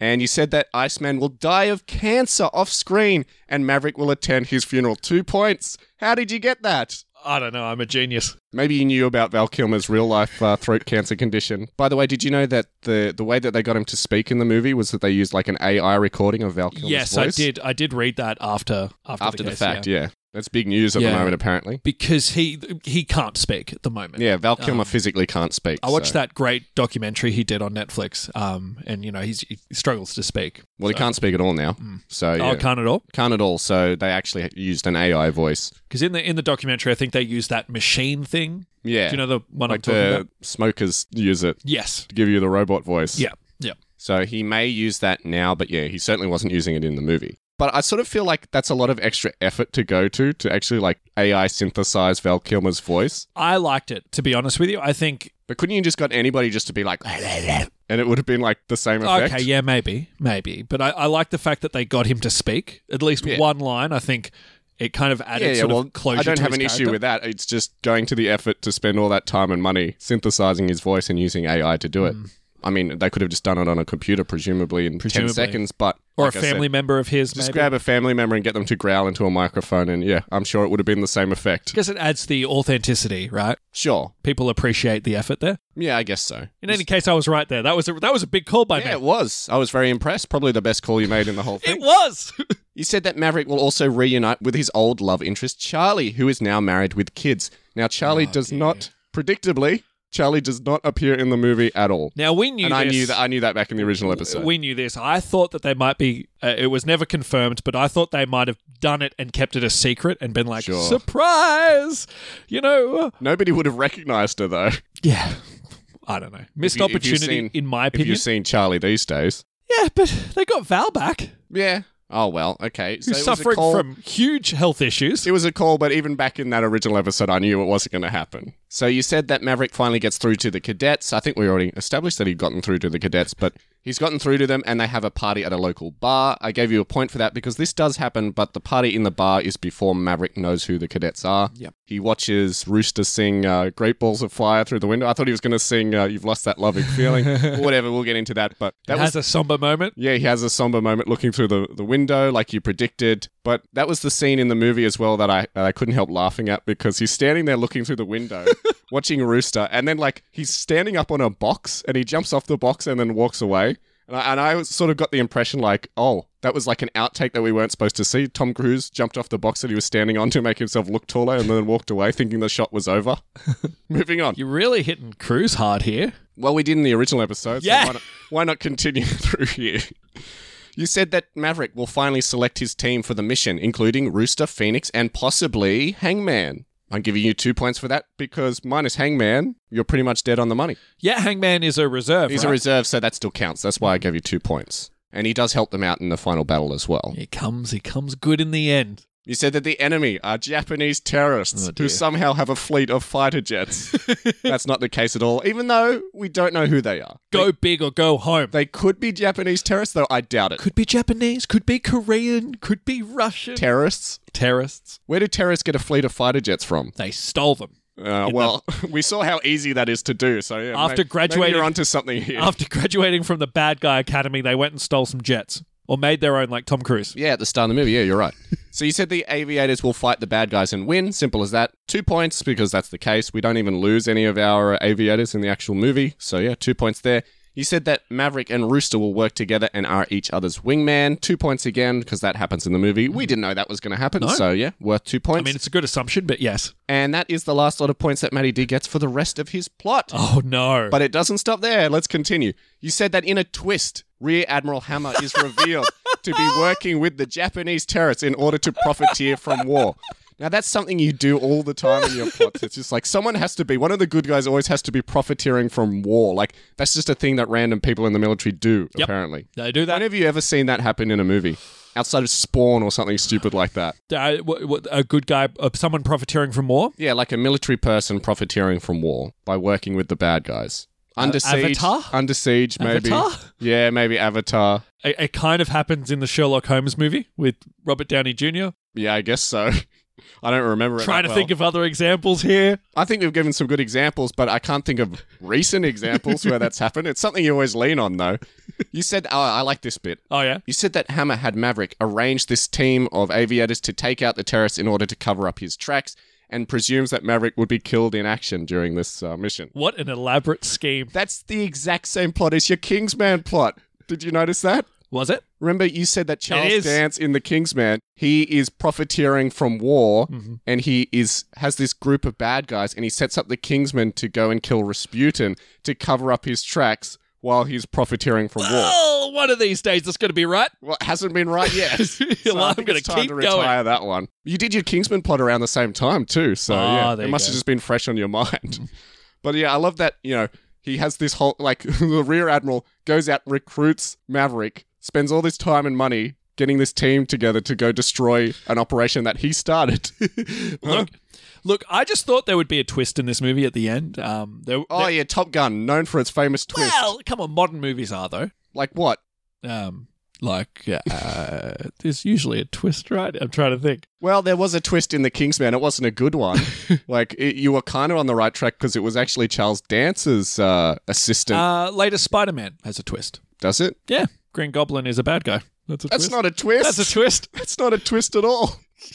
Speaker 1: and you said that Iceman will die of cancer off screen and Maverick will attend his funeral. Two points. How did you get that?
Speaker 2: I don't know. I'm a genius.
Speaker 1: Maybe you knew about Val Kilmer's real life uh, throat cancer condition. By the way, did you know that the, the way that they got him to speak in the movie was that they used like an AI recording of Val Kilmer's
Speaker 2: yes,
Speaker 1: voice?
Speaker 2: I did. I did read that after after,
Speaker 1: After the
Speaker 2: case,
Speaker 1: fact,
Speaker 2: yeah.
Speaker 1: yeah. That's big news at
Speaker 2: Yeah.
Speaker 1: the moment, apparently.
Speaker 2: because he he can't speak at the moment.
Speaker 1: Yeah, Val Kilmer physically can't speak.
Speaker 2: Uh, I watched
Speaker 1: so-
Speaker 2: that great documentary he did on Netflix, um, and you know he's, he struggles to speak.
Speaker 1: Well, he can't speak at all now. So, yeah.
Speaker 2: Oh, can't at all.
Speaker 1: can't at all. So, they actually used an AI voice.
Speaker 2: Because in the in the documentary, I think they use that machine thing.
Speaker 1: Yeah.
Speaker 2: Do you know the one I'm
Speaker 1: like
Speaker 2: talking about?
Speaker 1: the smokers use it
Speaker 2: Yes.
Speaker 1: to give you the robot voice.
Speaker 2: Yeah. Yeah.
Speaker 1: So he may use that now, but yeah, he certainly wasn't using it in the movie. But I sort of feel like that's a lot of extra effort to go to to actually like AI synthesize Val Kilmer's voice.
Speaker 2: I liked it. To be honest with you, I think
Speaker 1: But couldn't you just got anybody just to be like, and it would have been like the same effect?
Speaker 2: okay, yeah, maybe, maybe, but I, I like the fact that they got him to speak at least
Speaker 1: Yeah.
Speaker 2: one line. I think it kind of added
Speaker 1: Yeah, yeah,
Speaker 2: sort
Speaker 1: well,
Speaker 2: of closure.
Speaker 1: I don't
Speaker 2: to
Speaker 1: have
Speaker 2: his
Speaker 1: an issue
Speaker 2: character.
Speaker 1: with that. It's just going to the effort to spend all that time and money synthesizing his voice and using AI to do it.
Speaker 2: Hmm.
Speaker 1: I mean, they could have just done it on a computer, presumably in
Speaker 2: Presumably.
Speaker 1: ten seconds, but
Speaker 2: or
Speaker 1: like
Speaker 2: a
Speaker 1: I said,
Speaker 2: family member of his.
Speaker 1: Just
Speaker 2: maybe.
Speaker 1: grab a family member and get them to growl into a microphone, and yeah, I'm sure it would have been the same effect.
Speaker 2: because it adds the authenticity, right?
Speaker 1: Sure.
Speaker 2: People appreciate the effort there.
Speaker 1: Yeah, I guess so.
Speaker 2: In any case, I was right there. That was a, that was a big call by
Speaker 1: Yeah,
Speaker 2: me.
Speaker 1: it was. I was very impressed. Probably the best call you made in the whole
Speaker 2: It
Speaker 1: thing.
Speaker 2: was.
Speaker 1: You said that Maverick will also reunite with his old love interest, Charlie, who is now married with kids. Now,
Speaker 2: Oh,
Speaker 1: Charlie does not, predictably, Charlie does not appear in the movie at all.
Speaker 2: now we knew.
Speaker 1: and I
Speaker 2: this.
Speaker 1: knew that I knew that back in the original episode.
Speaker 2: We knew this. I thought that they might be. Uh, it was never confirmed, but I thought they might have done it and kept it a secret and been like,
Speaker 1: Sure.
Speaker 2: surprise! You know. uh,
Speaker 1: Nobody would have recognized her though.
Speaker 2: Yeah. I don't know. Missed
Speaker 1: you- if you've
Speaker 2: opportunity,
Speaker 1: seen-
Speaker 2: in my
Speaker 1: If
Speaker 2: opinion.
Speaker 1: you've seen Charlie these days.
Speaker 2: Yeah, but they got Val back,
Speaker 1: Yeah. Oh well. Okay. So
Speaker 2: who's
Speaker 1: it was a
Speaker 2: suffering
Speaker 1: call-
Speaker 2: from huge health issues.
Speaker 1: It was a call, but even back in that original episode, I knew it wasn't going to happen. So you said that Maverick finally gets through to the cadets. I think we already established that he'd gotten through to the cadets, but he's gotten through to them and they have a party at a local bar. I gave you a point for that because this does happen, but the party in the bar is before Maverick knows who the cadets are.
Speaker 2: Yep.
Speaker 1: He watches Rooster sing uh, Great Balls of Fire through the window. I thought he was going to sing uh, You've Lost That Loving Feeling. Whatever, we'll get into that, but that
Speaker 2: That
Speaker 1: was
Speaker 2: has a somber moment.
Speaker 1: yeah, he has a somber moment looking through the, the window, like you predicted. But that was the scene in the movie as well that I that I couldn't help laughing at because he's standing there looking through the window, watching Rooster, and then like he's standing up on a box and he jumps off the box and then walks away. And I, and I was- sort of got the impression like, oh, that was like an outtake that we weren't supposed to see. Tom Cruise jumped off the box that he was standing on to make himself look taller and then walked away, thinking the shot was over. Moving on.
Speaker 2: You're really hitting Cruz hard here.
Speaker 1: Well, we did in the original episode.
Speaker 2: Yeah.
Speaker 1: So why, not, why not continue through here? You said that Maverick will finally select his team for the mission, including Rooster, Phoenix, and possibly Hangman. I'm giving you two points for that because minus Hangman, you're pretty much dead on the money.
Speaker 2: Yeah, Hangman is a reserve.
Speaker 1: He's a
Speaker 2: right?
Speaker 1: reserve, so that still counts. That's why I gave you two points. And he does help them out in the final battle as well.
Speaker 2: He comes. He comes good in the end.
Speaker 1: You said that the enemy are Japanese terrorists
Speaker 2: Oh, dear.
Speaker 1: who somehow have a fleet of fighter jets. That's not the case at all, even though we don't know who they are.
Speaker 2: Go big or go home.
Speaker 1: They could be Japanese terrorists, though I doubt it.
Speaker 2: could be Japanese, could be Korean, could be Russian.
Speaker 1: terrorists?
Speaker 2: Terrorists.
Speaker 1: Where do terrorists get a fleet of fighter jets from?
Speaker 2: They stole them.
Speaker 1: Uh, well, we saw how easy that is to do. So yeah, may-
Speaker 2: After
Speaker 1: maybe
Speaker 2: graduating-
Speaker 1: you're onto something here.
Speaker 2: After graduating from the bad guy academy, they went and stole some jets or made their own, like Tom Cruise.
Speaker 1: yeah, at the start of the movie. Yeah, you're right. so you said the aviators will fight the bad guys and win. Simple as that. Two points because that's the case. We don't even lose any of our uh, aviators in the actual movie. So yeah, two points there. You said that Maverick and Rooster will work together and are each other's wingman. Two points again because that happens in the movie. We didn't know that was going to happen. So yeah, worth two
Speaker 2: I
Speaker 1: points.
Speaker 2: mean, it's a good assumption, but yes.
Speaker 1: and that is the last lot of points that Matty D gets for the rest of his plot.
Speaker 2: Oh no.
Speaker 1: But it doesn't stop there. Let's continue. You said that in a twist, Rear Admiral Hammer is revealed to be working with the Japanese terrorists in order to profiteer from war. Now that's something you do all the time in your plots. It's just like someone has to be one of the good guys always has to be profiteering from war. Like that's just a thing that random people in the military do apparently.
Speaker 2: they do
Speaker 1: When
Speaker 2: that.
Speaker 1: have you ever seen that happen in a movie? Outside of Spawn or something stupid like that.
Speaker 2: Uh, what, what, a good guy, uh, someone profiteering from war.
Speaker 1: Yeah, like a military person profiteering from war by working with the bad guys. Under siege,
Speaker 2: Uh, Avatar?
Speaker 1: under siege, maybe.
Speaker 2: Avatar?
Speaker 1: Yeah, maybe Avatar.
Speaker 2: It, it kind of happens in the Sherlock Holmes movie with Robert Downey Jr.
Speaker 1: Yeah, I guess so. I don't remember. It
Speaker 2: Trying to think of other examples here.
Speaker 1: I think we've given some good examples, but I can't think of recent examples where that's happened. It's something you always lean on, though. You said, "Oh, I like this bit."
Speaker 2: Oh yeah.
Speaker 1: You said that Hammer had Maverick arrange this team of aviators to take out the terrorists in order to cover up his tracks, and presumes that Maverick would be killed in action during this uh, mission.
Speaker 2: What an elaborate scheme.
Speaker 1: That's the exact same plot as your Kingsman plot. Did you notice that?
Speaker 2: Was it?
Speaker 1: Remember, you said that
Speaker 2: is.
Speaker 1: Charles Dance in The Kingsman, he is profiteering from war, and he is has this group of bad guys, and he sets up the Kingsman to go and kill Rasputin to cover up his tracks while he's profiteering from war.
Speaker 2: Oh, one of these days it's going to be right.
Speaker 1: Well, it hasn't been right yet. So
Speaker 2: Well,
Speaker 1: I
Speaker 2: I'm
Speaker 1: think
Speaker 2: gonna
Speaker 1: it's time
Speaker 2: keep
Speaker 1: to
Speaker 2: going.
Speaker 1: retire that one. You did your Kingsman plot around the same time too, so
Speaker 2: Ah,
Speaker 1: yeah,
Speaker 2: there
Speaker 1: it
Speaker 2: you
Speaker 1: must
Speaker 2: go. Mm-hmm.
Speaker 1: have just been fresh on your mind. but yeah, I love that. You know, he has this whole like the rear admiral goes out, recruits Maverick, spends all this time and money getting this team together to go destroy an operation that he started.
Speaker 2: Look, look. I just thought there would be a twist in this movie at the end. Um, there,
Speaker 1: oh
Speaker 2: there-
Speaker 1: yeah, Top Gun, known for its famous twist.
Speaker 2: well, come on. Modern movies are though.
Speaker 1: Like what?
Speaker 2: Um, like uh, there's usually a twist, right? I'm trying to think.
Speaker 1: Well, there was a twist in the Kingsman. It wasn't a good one. like it, you were kind of on the right track because it was actually Charles Dance's uh, assistant.
Speaker 2: Uh, later, Spider-Man has a twist.
Speaker 1: Does it?
Speaker 2: Yeah, Green Goblin is a bad guy. That's a
Speaker 1: That's
Speaker 2: twist.
Speaker 1: not a twist.
Speaker 2: That's a twist.
Speaker 1: That's not a twist at all.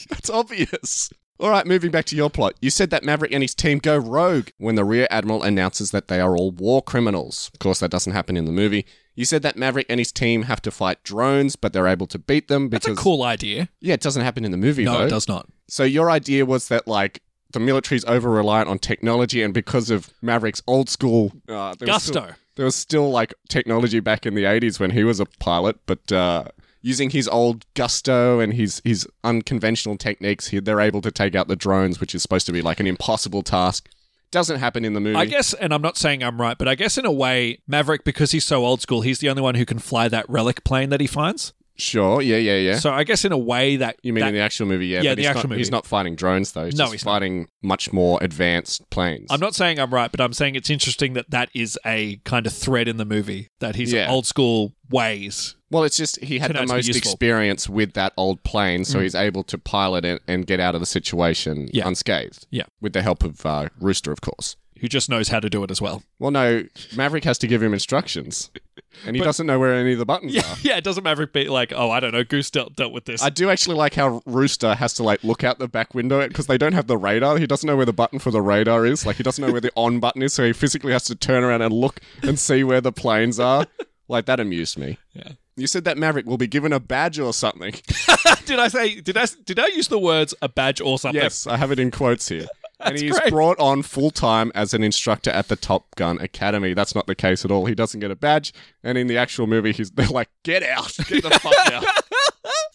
Speaker 1: That's obvious. All right, moving back to your plot. You said that Maverick and his team go rogue when the Rear Admiral announces that they are all war criminals. Of course, that doesn't happen in the movie. You said that Maverick and his team have to fight drones, but they're able to beat them
Speaker 2: That's
Speaker 1: because
Speaker 2: a cool idea.
Speaker 1: yeah, it doesn't happen in the movie
Speaker 2: No,
Speaker 1: though.
Speaker 2: it does not.
Speaker 1: So your idea was that like the military's over reliant on technology, and because of Maverick's old school uh, there was still-
Speaker 2: Gusto.
Speaker 1: there was still like technology back in the eighties when he was a pilot, but uh, using his old gusto and his his unconventional techniques, he, they're able to take out the drones, which is supposed to be like an impossible task. Doesn't happen in the movie.
Speaker 2: I guess, and I'm not saying I'm right, but I guess in a way, Maverick, because he's so old school, he's the only one who can fly that relic plane that he finds.
Speaker 1: sure, yeah, yeah, yeah.
Speaker 2: So I guess in a way that
Speaker 1: you mean
Speaker 2: that-
Speaker 1: in the actual movie? Yeah,
Speaker 2: Yeah,
Speaker 1: but
Speaker 2: the
Speaker 1: he's
Speaker 2: actual
Speaker 1: not,
Speaker 2: movie.
Speaker 1: He's not fighting drones though. He's
Speaker 2: No,
Speaker 1: just
Speaker 2: he's not.
Speaker 1: fighting much more advanced planes.
Speaker 2: I'm not saying I'm right, but I'm saying it's interesting that that is a kind of thread in the movie that he's
Speaker 1: Yeah.
Speaker 2: old school ways.
Speaker 1: Well, it's just he had
Speaker 2: Turned
Speaker 1: the
Speaker 2: out to be
Speaker 1: most
Speaker 2: useful. Mm.
Speaker 1: experience with that old plane, so he's able to pilot it and get out of the situation
Speaker 2: Yeah.
Speaker 1: unscathed.
Speaker 2: Yeah.
Speaker 1: With the help of uh, Rooster, of course.
Speaker 2: Who just knows how to do it as well?
Speaker 1: Well, no, Maverick has to give him instructions, and he doesn't know where any of the buttons
Speaker 2: Yeah,
Speaker 1: are.
Speaker 2: yeah. It doesn't Maverick be like, oh, I don't know, Goose dealt, dealt with this.
Speaker 1: I do actually like how Rooster has to like look out the back window because they don't have the radar. He doesn't know where the button for the radar is. Like he doesn't know where the on button is, so he physically has to turn around and look and see where the planes are. Like that amused me.
Speaker 2: Yeah.
Speaker 1: You said that Maverick will be given a badge or something.
Speaker 2: did I say? Did I did I use the words a badge or something?
Speaker 1: Yes, I have it in quotes here. and he's
Speaker 2: great.
Speaker 1: brought on full time as an instructor at the Top Gun Academy. That's not the case at all. He doesn't get a badge, and in the actual movie, he's they're like, "Get out, get the fuck out!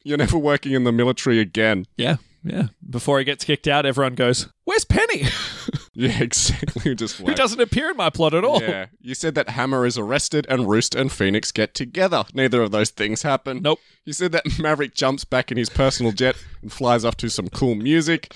Speaker 1: You're never working in the military again."
Speaker 2: Yeah, yeah. Before he gets kicked out, everyone goes, "Where's Penny?"
Speaker 1: Yeah, exactly. Just
Speaker 2: who
Speaker 1: wait.
Speaker 2: doesn't appear in my plot at all.
Speaker 1: Yeah, you said that Hammer is arrested and Roost and Phoenix get together. Neither of those things happen.
Speaker 2: Nope.
Speaker 1: You said that Maverick jumps back in his personal jet and flies off to some cool music.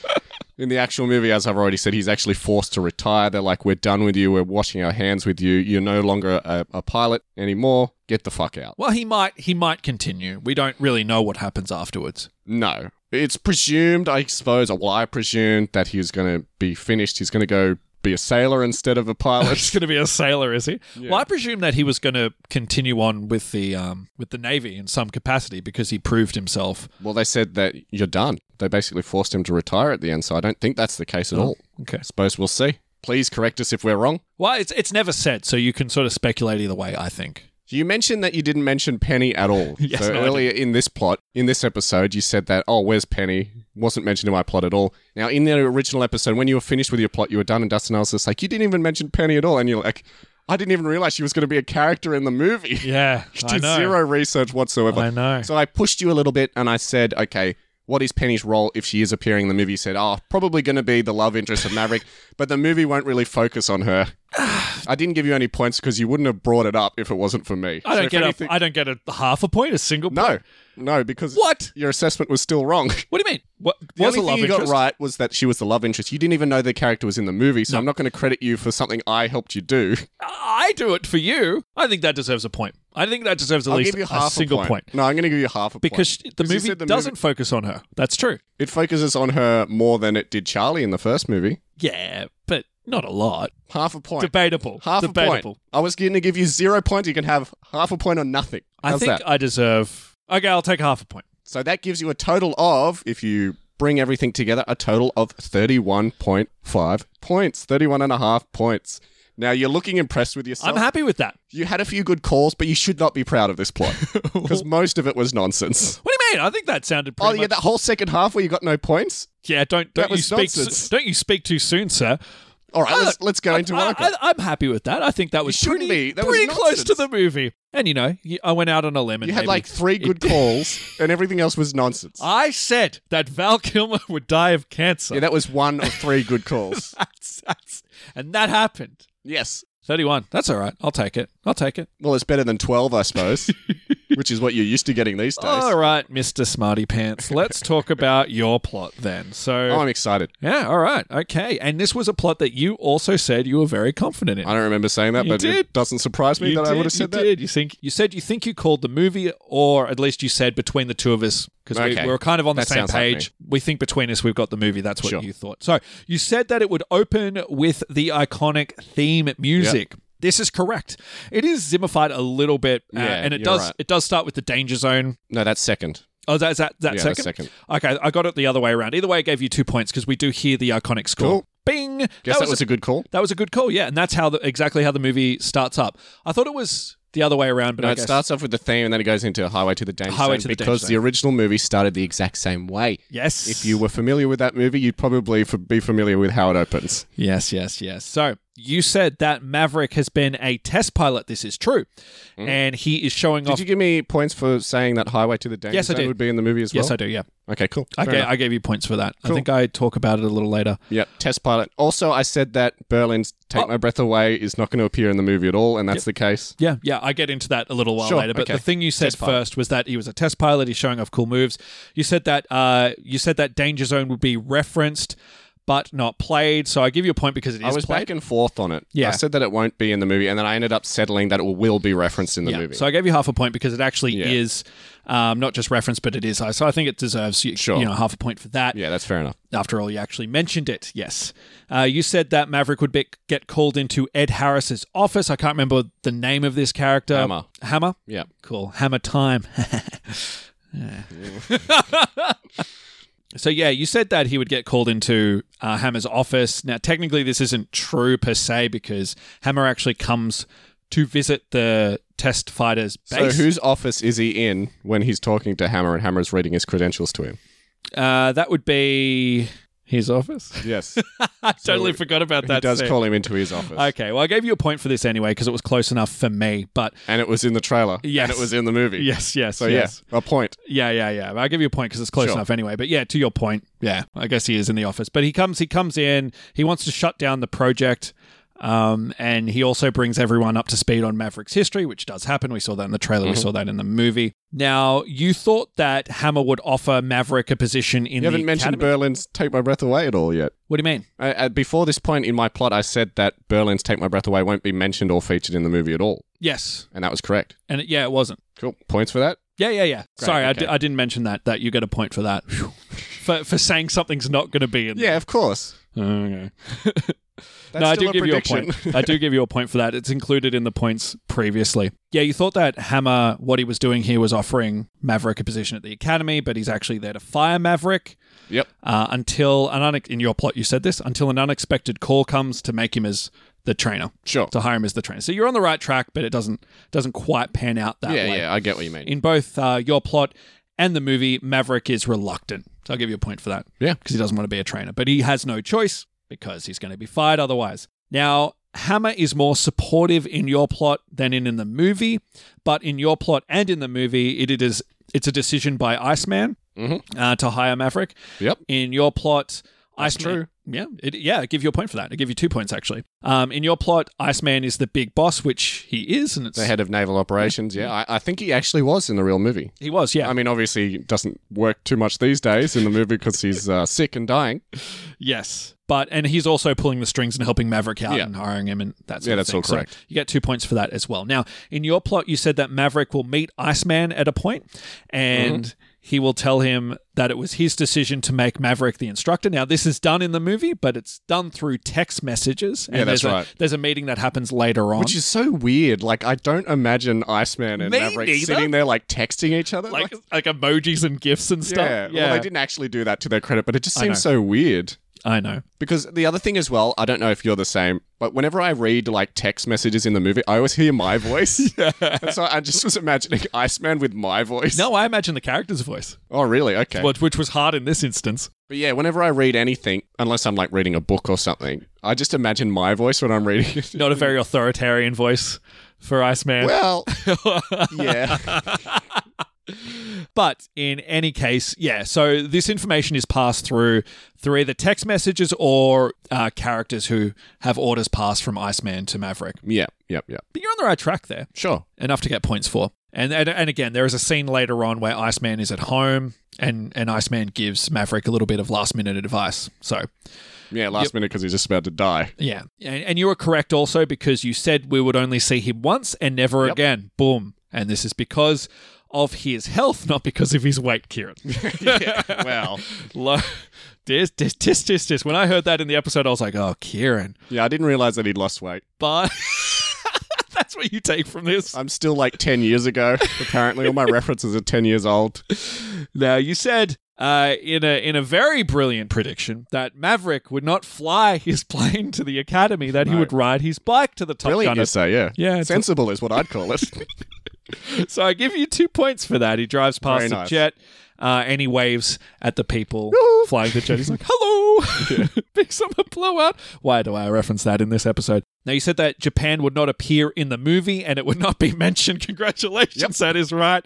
Speaker 1: In the actual movie, as I've already said, he's actually forced to retire. They're like, "We're done with you. We're washing our hands with you. You're no longer a, a pilot anymore. Get the fuck out."
Speaker 2: Well, he might he might continue. We don't really know what happens afterwards.
Speaker 1: No. It's presumed, I suppose, or well, I presumed that he was going to be finished. He's going to go be a sailor instead of a pilot.
Speaker 2: He's going to be a sailor, is he?
Speaker 1: Yeah.
Speaker 2: Well, I presume that he was going to continue on with the um, with the navy in some capacity because he proved himself.
Speaker 1: Well, they said that you're done. They basically forced him to retire at the end, so I don't think that's the case at
Speaker 2: Oh.
Speaker 1: all.
Speaker 2: Okay.
Speaker 1: I suppose we'll see. Please correct us if we're wrong.
Speaker 2: Well, it's it's never said, so you can sort of speculate either way. I think.
Speaker 1: You mentioned that you didn't mention Penny at all.
Speaker 2: Yes,
Speaker 1: so
Speaker 2: no, I
Speaker 1: earlier in this plot, in this episode, you said that, oh, where's Penny? Wasn't mentioned in my plot at all. Now, in the original episode, when you were finished with your plot, you were done, and Dustin I was just like, you didn't even mention Penny at all. And you're like, I didn't even realize she was going to be a character in the movie.
Speaker 2: Yeah, I
Speaker 1: Did
Speaker 2: know.
Speaker 1: zero research whatsoever.
Speaker 2: I know.
Speaker 1: So I pushed you a little bit and I said, okay, what is Penny's role if she is appearing in the movie? You said, oh, probably going to be the love interest of Maverick, but the movie won't really focus on her. I didn't give you any points because you wouldn't have brought it up if it wasn't for me.
Speaker 2: I
Speaker 1: So
Speaker 2: don't
Speaker 1: if
Speaker 2: get
Speaker 1: anything-
Speaker 2: a I don't get a half a point, a single. point.
Speaker 1: No, no, because
Speaker 2: What?
Speaker 1: your assessment was still wrong.
Speaker 2: What do you mean? What
Speaker 1: The
Speaker 2: was
Speaker 1: only
Speaker 2: a
Speaker 1: thing
Speaker 2: love
Speaker 1: you
Speaker 2: interest?
Speaker 1: got right was that she was the love interest. You didn't even know the character was in the movie, so I'm not going to credit you for something I helped you do.
Speaker 2: I do it for you. I think that deserves a point. I think that deserves at
Speaker 1: I'll
Speaker 2: least
Speaker 1: give you half
Speaker 2: a single point.
Speaker 1: No, I'm going to give you half a
Speaker 2: because
Speaker 1: point.
Speaker 2: sh- the
Speaker 1: 'Cause you
Speaker 2: movie
Speaker 1: said the
Speaker 2: doesn't focus on her. That's true.
Speaker 1: It focuses on her more than it did Charlie in the first movie.
Speaker 2: Yeah, but not a lot.
Speaker 1: Half a point.
Speaker 2: Debatable.
Speaker 1: half
Speaker 2: Debatable.
Speaker 1: a point. I was going to give you zero points. You can have half a point on nothing.
Speaker 2: I
Speaker 1: How's
Speaker 2: think
Speaker 1: that?
Speaker 2: I deserve. Okay, I'll take half a point.
Speaker 1: So that gives you a total of, if you bring everything together, a total of 31.5 points. 31 and a half points. Now, you're looking impressed with yourself.
Speaker 2: I'm happy with that.
Speaker 1: you had a few good calls, but you should not be proud of this plot because most of it was nonsense.
Speaker 2: What do you mean? I think that sounded
Speaker 1: Oh,
Speaker 2: pretty
Speaker 1: yeah,
Speaker 2: much-
Speaker 1: that whole second half where you got no points?
Speaker 2: yeah. Don't
Speaker 1: that
Speaker 2: don't you
Speaker 1: was
Speaker 2: speak
Speaker 1: nonsense.
Speaker 2: don't you speak too soon, sir.
Speaker 1: All right,
Speaker 2: Oh,
Speaker 1: let's, let's go
Speaker 2: I,
Speaker 1: into
Speaker 2: I,
Speaker 1: Monica.
Speaker 2: I, I'm happy with that. I think that was
Speaker 1: shouldn't
Speaker 2: pretty,
Speaker 1: be. That was
Speaker 2: pretty close
Speaker 1: nonsense.
Speaker 2: to the movie. And you know, you- I went out on a limb. And
Speaker 1: you had
Speaker 2: maybe-
Speaker 1: like three good calls, and everything else was nonsense.
Speaker 2: I said that Val Kilmer would die of cancer.
Speaker 1: yeah, that was one of three good calls.
Speaker 2: that's, that's, and that happened.
Speaker 1: yes.
Speaker 2: 31. That's all right. I'll take it. I'll take it.
Speaker 1: Well, it's better than 12, I suppose, which is what you're used to getting these days.
Speaker 2: All right, Mr. Smarty Pants. Let's talk about your plot then. So,
Speaker 1: Oh, I'm excited.
Speaker 2: yeah, all right. Okay. And this was a plot that you also said you were very confident in.
Speaker 1: I don't remember saying that,
Speaker 2: You
Speaker 1: but
Speaker 2: did.
Speaker 1: it doesn't surprise me
Speaker 2: you
Speaker 1: that
Speaker 2: did,
Speaker 1: I would have said
Speaker 2: you
Speaker 1: that.
Speaker 2: Did. You, think, you said you think you called the movie, or at least you said between the two of us, because
Speaker 1: Okay.
Speaker 2: we, we were kind of on the
Speaker 1: That
Speaker 2: same
Speaker 1: sounds like me.
Speaker 2: page. we think between us we've got the movie. That's what
Speaker 1: Sure.
Speaker 2: you thought. So you said that it would open with the iconic theme music. This is correct. It is Zimmified a little bit, uh,
Speaker 1: Yeah,
Speaker 2: and it
Speaker 1: you're
Speaker 2: does
Speaker 1: right.
Speaker 2: it does start with the danger zone.
Speaker 1: No, that's second.
Speaker 2: Oh, that's that that
Speaker 1: Yeah, that's
Speaker 2: second?
Speaker 1: second.
Speaker 2: Okay, I got it the other way around. Either way, I gave you two points because we do hear the iconic score.
Speaker 1: Cool.
Speaker 2: Bing.
Speaker 1: Guess that, was, a, good call.
Speaker 2: that was a good call. Yeah, and that's how the, exactly how the movie starts up. I thought it was the other way around, but
Speaker 1: No,
Speaker 2: I
Speaker 1: it
Speaker 2: guess
Speaker 1: starts off with the theme and then it goes into Highway to the Danger
Speaker 2: Highway
Speaker 1: Zone
Speaker 2: to the Danger
Speaker 1: because
Speaker 2: Zone.
Speaker 1: the original movie started the exact same way.
Speaker 2: yes.
Speaker 1: If you were familiar with that movie, you'd probably f- be familiar with how it opens.
Speaker 2: Yes, yes, yes. So you said that Maverick has been a test pilot. This is true, and he is showing
Speaker 1: Mm. Did
Speaker 2: off.
Speaker 1: you give me points for saying that Highway to the Danger
Speaker 2: Oh. Yes, I
Speaker 1: Zone
Speaker 2: did.
Speaker 1: would be in the movie as well?
Speaker 2: yes, I do. Yeah,
Speaker 1: Okay, cool.
Speaker 2: I,
Speaker 1: Fair
Speaker 2: ga-
Speaker 1: enough.
Speaker 2: I gave you points for that. I
Speaker 1: Cool.
Speaker 2: think I talk about it a little later.
Speaker 1: Yep, test pilot. Also, I said that Berlin's Take
Speaker 2: Oh.
Speaker 1: My Breath Away is not going to appear in the movie at all, and that's the case.
Speaker 2: Yeah, yeah, I get into that a little while
Speaker 1: Sure,
Speaker 2: later. But
Speaker 1: okay.
Speaker 2: the thing you said
Speaker 1: Test pilot.
Speaker 2: first was that he was a test pilot. He's showing off cool moves. You said that uh, you said that Danger Zone would be referenced, but not played. So I give you a point because it is
Speaker 1: I was
Speaker 2: played.
Speaker 1: back and forth on it.
Speaker 2: Yeah.
Speaker 1: I said that it won't be in the movie, and then I ended up settling that it will be referenced in the
Speaker 2: yeah.
Speaker 1: movie.
Speaker 2: So I gave you half a point because it actually
Speaker 1: Yeah.
Speaker 2: is um, not just referenced, but it is. So I think it deserves you,
Speaker 1: Sure.
Speaker 2: you know half a point for that.
Speaker 1: yeah, that's fair enough.
Speaker 2: After all, you actually mentioned it. Yes. Uh, you said that Maverick would be- get called into Ed Harris's office. I can't remember the name of this character.
Speaker 1: Hammer.
Speaker 2: Hammer?
Speaker 1: Yeah.
Speaker 2: Cool. Hammer time. Yeah. so, yeah, you said that he would get called into uh, Hammer's office. Now, technically, this isn't true per se because Hammer actually comes to visit the test fighter's base.
Speaker 1: So whose office is he in when he's talking to Hammer and Hammer's reading his credentials to him?
Speaker 2: uh, that would be. His office.
Speaker 1: Yes.
Speaker 2: I totally
Speaker 1: So
Speaker 2: forgot about
Speaker 1: he
Speaker 2: that.
Speaker 1: does
Speaker 2: scene.
Speaker 1: call him into his office.
Speaker 2: Okay, well, I gave you a point for this anyway because it was close enough for me. But
Speaker 1: And it was in the trailer.
Speaker 2: Yes.
Speaker 1: And it was in the movie.
Speaker 2: yes, yes,
Speaker 1: So,
Speaker 2: yes.
Speaker 1: yeah, a point.
Speaker 2: Yeah, yeah, yeah. I'll give you a point because it's close
Speaker 1: Sure.
Speaker 2: enough anyway. But yeah, to your point, yeah, I guess he is in the office. But he comes, he comes in. He wants to shut down the project, um, and he also brings everyone up to speed on Maverick's history, which does happen. We saw that in the trailer.
Speaker 1: Mm-hmm.
Speaker 2: We saw that in the movie. Now, you thought that Hammer would offer Maverick a position in
Speaker 1: You haven't
Speaker 2: the
Speaker 1: mentioned
Speaker 2: academy?
Speaker 1: Berlin's Take My Breath Away at all yet.
Speaker 2: what do you mean?
Speaker 1: I, I, before this point in my plot, I said that Berlin's Take My Breath Away won't be mentioned or featured in the movie at all.
Speaker 2: Yes,
Speaker 1: And that was correct.
Speaker 2: and it, yeah, it wasn't.
Speaker 1: Cool. Points for that?
Speaker 2: Yeah, yeah, yeah.
Speaker 1: Great,
Speaker 2: Sorry, I,
Speaker 1: okay.
Speaker 2: di- I didn't mention that. That you get a point for that. for for saying something's not going to be in.
Speaker 1: Yeah, of course.
Speaker 2: There. Oh, Okay.
Speaker 1: That's
Speaker 2: no, I
Speaker 1: still
Speaker 2: do
Speaker 1: a
Speaker 2: give
Speaker 1: prediction.
Speaker 2: you a point. I do give you a point for that. It's included in the points previously. Yeah, you thought that Hammer, what he was doing here was offering Maverick a position at the academy, but he's actually there to fire Maverick
Speaker 1: yep.
Speaker 2: uh, until an une- in your plot you said this until an unexpected call comes to make him as the trainer
Speaker 1: Sure.
Speaker 2: to hire him as the trainer. So you're on the right track, but it doesn't doesn't quite pan out that
Speaker 1: Yeah,
Speaker 2: way.
Speaker 1: yeah, I get what you mean.
Speaker 2: In both uh, your plot and the movie, Maverick is reluctant. So I'll give you a point for that.
Speaker 1: Yeah.
Speaker 2: Because he doesn't want to be a trainer, but he has no choice because he's going to be fired otherwise. Now, Hammer is more supportive in your plot than in, in the movie, but in your plot and in the movie, it, it is it's a decision by Iceman
Speaker 1: Mhm.
Speaker 2: uh, to hire Maverick.
Speaker 1: Yep.
Speaker 2: In your plot,
Speaker 1: That's
Speaker 2: Iceman.
Speaker 1: true.
Speaker 2: Yeah, it, yeah. I give you a point for that. I give you two points actually. Um, in your plot, Iceman is the big boss, which he is, and it's
Speaker 1: The head of naval operations. Yeah, I, I think he actually was in the real movie.
Speaker 2: he was. Yeah,
Speaker 1: I mean, obviously, he doesn't work too much these days in the movie because he's uh, sick and dying.
Speaker 2: Yes. But and he's also pulling the strings and helping Maverick out
Speaker 1: Yeah.
Speaker 2: and hiring him and that sort
Speaker 1: Yeah,
Speaker 2: of
Speaker 1: that's
Speaker 2: thing.
Speaker 1: all
Speaker 2: So
Speaker 1: correct.
Speaker 2: you get two points for that as well. Now, in your plot, you said that Maverick will meet Iceman at a point and
Speaker 1: Mm-hmm.
Speaker 2: he will tell him that it was his decision to make Maverick the instructor. Now, this is done in the movie, but it's done through text messages. And
Speaker 1: Yeah, that's
Speaker 2: there's
Speaker 1: right.
Speaker 2: A, there's a meeting that happens later on.
Speaker 1: Which is so weird. Like, I don't imagine Iceman and
Speaker 2: Me
Speaker 1: Maverick
Speaker 2: neither.
Speaker 1: sitting there, like, texting each other.
Speaker 2: like, like emojis and gifs and stuff.
Speaker 1: yeah. Well, they didn't actually do that to their credit, but it just
Speaker 2: I know.
Speaker 1: seems so weird.
Speaker 2: I know.
Speaker 1: Because the other thing as well, I don't know if you're the same, but whenever I read like text messages in the movie, I always hear my voice. And so I just was imagining Iceman with my voice.
Speaker 2: No, I imagine the character's voice,
Speaker 1: Oh, really? Okay.
Speaker 2: which, which was hard in this instance.
Speaker 1: But yeah, whenever I read anything, unless I'm like reading a book or something, I just imagine my voice when I'm reading it.
Speaker 2: Not a very authoritarian voice for Iceman.
Speaker 1: Well, yeah.
Speaker 2: But in any case, yeah, so this information is passed through through either text messages or uh, characters who have orders passed from Iceman to Maverick.
Speaker 1: Yeah, yep, yep.
Speaker 2: But you're on the right track there.
Speaker 1: Sure.
Speaker 2: Enough to get points for. And, and, and again, there is a scene later on where Iceman is at home and, and Iceman gives Maverick a little bit of last minute advice. So,
Speaker 1: Yeah, last minute because he's just about to die.
Speaker 2: yeah. And, and you were correct also because you said we would only see him once and never
Speaker 1: Yep.
Speaker 2: again. Boom. And this is because of his health, not because of his weight, Kieran.
Speaker 1: Well,
Speaker 2: Lo- dis, dis, dis, dis, dis. When I heard that in the episode, I was like, oh, Kieran.
Speaker 1: yeah, I didn't realize that he'd lost weight.
Speaker 2: But that's what you take from this.
Speaker 1: I'm still like 10 years ago, apparently. All my references are 10 years old.
Speaker 2: Now, you said uh, in, a, in a very brilliant prediction that Maverick would not fly his plane to the academy, that he
Speaker 1: No.
Speaker 2: would ride his bike to the Top
Speaker 1: Brilliant,
Speaker 2: Gunner.
Speaker 1: you say, yeah.
Speaker 2: Yeah, it's-
Speaker 1: Sensible is what I'd call it.
Speaker 2: So I give you two points for that. He drives past
Speaker 1: Very
Speaker 2: the
Speaker 1: nice.
Speaker 2: jet uh, and he waves at the people
Speaker 1: Yoo-hoo.
Speaker 2: flying the jet. He's like, hello, big summer blowout. Why do I reference that in this episode? Now, you said that Japan would not appear in the movie and it would not be mentioned. Congratulations, that is right.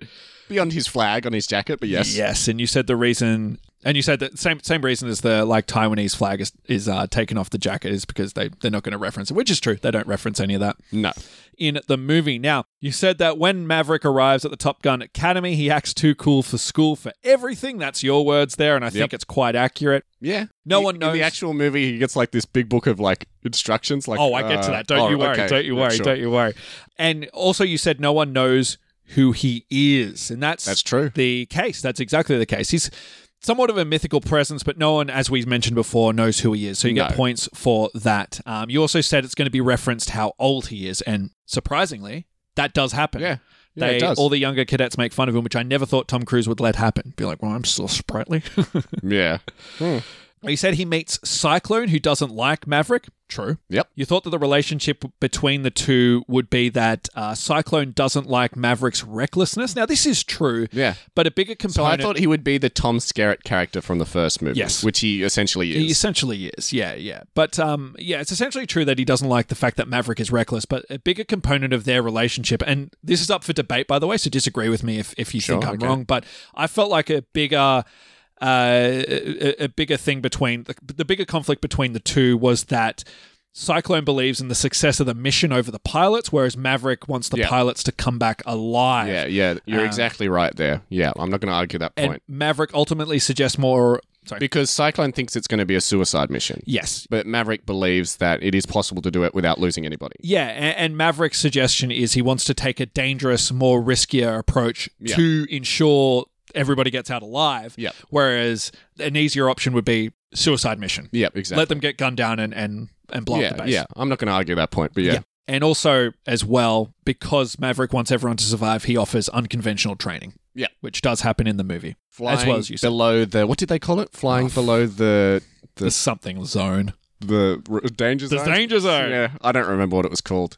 Speaker 1: Beyond his flag on his jacket, but yes.
Speaker 2: Yes, and you said the reason, and you said that same same reason as the like Taiwanese flag is, is uh, taken off the jacket is because they, they're not going to reference it, which is true. They don't reference any of that
Speaker 1: No.
Speaker 2: in the movie. Now, you said that when Maverick arrives at the Top Gun Academy, he acts too cool for school for everything. That's your words there, and I think
Speaker 1: Yep.
Speaker 2: it's quite accurate.
Speaker 1: Yeah.
Speaker 2: No
Speaker 1: In-
Speaker 2: one knows.
Speaker 1: In the actual movie, he gets like this big book of like instructions. Like,
Speaker 2: oh, I get to
Speaker 1: uh,
Speaker 2: that. Don't
Speaker 1: oh,
Speaker 2: you worry.
Speaker 1: okay.
Speaker 2: Don't you worry.
Speaker 1: Sure.
Speaker 2: Don't you worry. And also, you said no one knows who he is, and that's
Speaker 1: That's true.
Speaker 2: the case. That's exactly the case. He's somewhat of a mythical presence, but no one, as we've mentioned before, knows who he is. So you get
Speaker 1: No.
Speaker 2: points for that. Um, you also said it's going to be referenced how old he is, and surprisingly, that does happen.
Speaker 1: Yeah. Yeah,
Speaker 2: They,
Speaker 1: it does.
Speaker 2: all the younger cadets make fun of him, which I never thought Tom Cruise would let happen. Be like, well, I'm still sprightly.
Speaker 1: yeah. Hmm.
Speaker 2: He said he meets Cyclone, who doesn't like Maverick. True.
Speaker 1: Yep.
Speaker 2: You thought that the relationship between the two would be that uh, Cyclone doesn't like Maverick's recklessness. Now, this is true,
Speaker 1: Yeah.
Speaker 2: but a bigger
Speaker 1: So I
Speaker 2: component.
Speaker 1: thought he would be the Tom Skerritt character from the first movie,
Speaker 2: Yes.
Speaker 1: which he essentially is.
Speaker 2: He essentially is, yeah, yeah. But um, yeah, it's essentially true that he doesn't like the fact that Maverick is reckless. But a bigger component of their relationship, and this is up for debate, by the way. So disagree with me if, if you think
Speaker 1: Sure,
Speaker 2: I'm
Speaker 1: okay.
Speaker 2: wrong. But I felt like a bigger, uh, a, a bigger thing between the, the bigger conflict between the two was that. Cyclone believes in the success of the mission over the pilots, whereas Maverick wants the
Speaker 1: Yeah.
Speaker 2: pilots to come back alive.
Speaker 1: yeah, yeah, you're exactly right there. Yeah, I'm not going to argue that
Speaker 2: Um, and
Speaker 1: point
Speaker 2: Maverick ultimately suggests more. Sorry.
Speaker 1: because Cyclone thinks it's going to be a suicide mission,
Speaker 2: yes,
Speaker 1: but Maverick believes that it is possible to do it without losing anybody.
Speaker 2: Yeah, and, and Maverick's suggestion is he wants to take a dangerous, more riskier approach
Speaker 1: Yeah.
Speaker 2: to ensure everybody gets out alive.
Speaker 1: Yeah.
Speaker 2: Whereas an easier option would be suicide mission.
Speaker 1: Yeah, exactly.
Speaker 2: Let them get gunned down and and, and blow
Speaker 1: yeah,
Speaker 2: up the base.
Speaker 1: yeah. I'm not going to argue that point, but yeah,
Speaker 2: Yeah. And also, as well, because Maverick wants everyone to survive, he offers unconventional training.
Speaker 1: Yeah.
Speaker 2: Which does happen in the movie.
Speaker 1: flying
Speaker 2: well as you said. Uh,
Speaker 1: below the what did they call it? Flying below the
Speaker 2: The something zone.
Speaker 1: the r- danger
Speaker 2: The
Speaker 1: zone.
Speaker 2: danger zone.
Speaker 1: Yeah, I don't remember what it was called.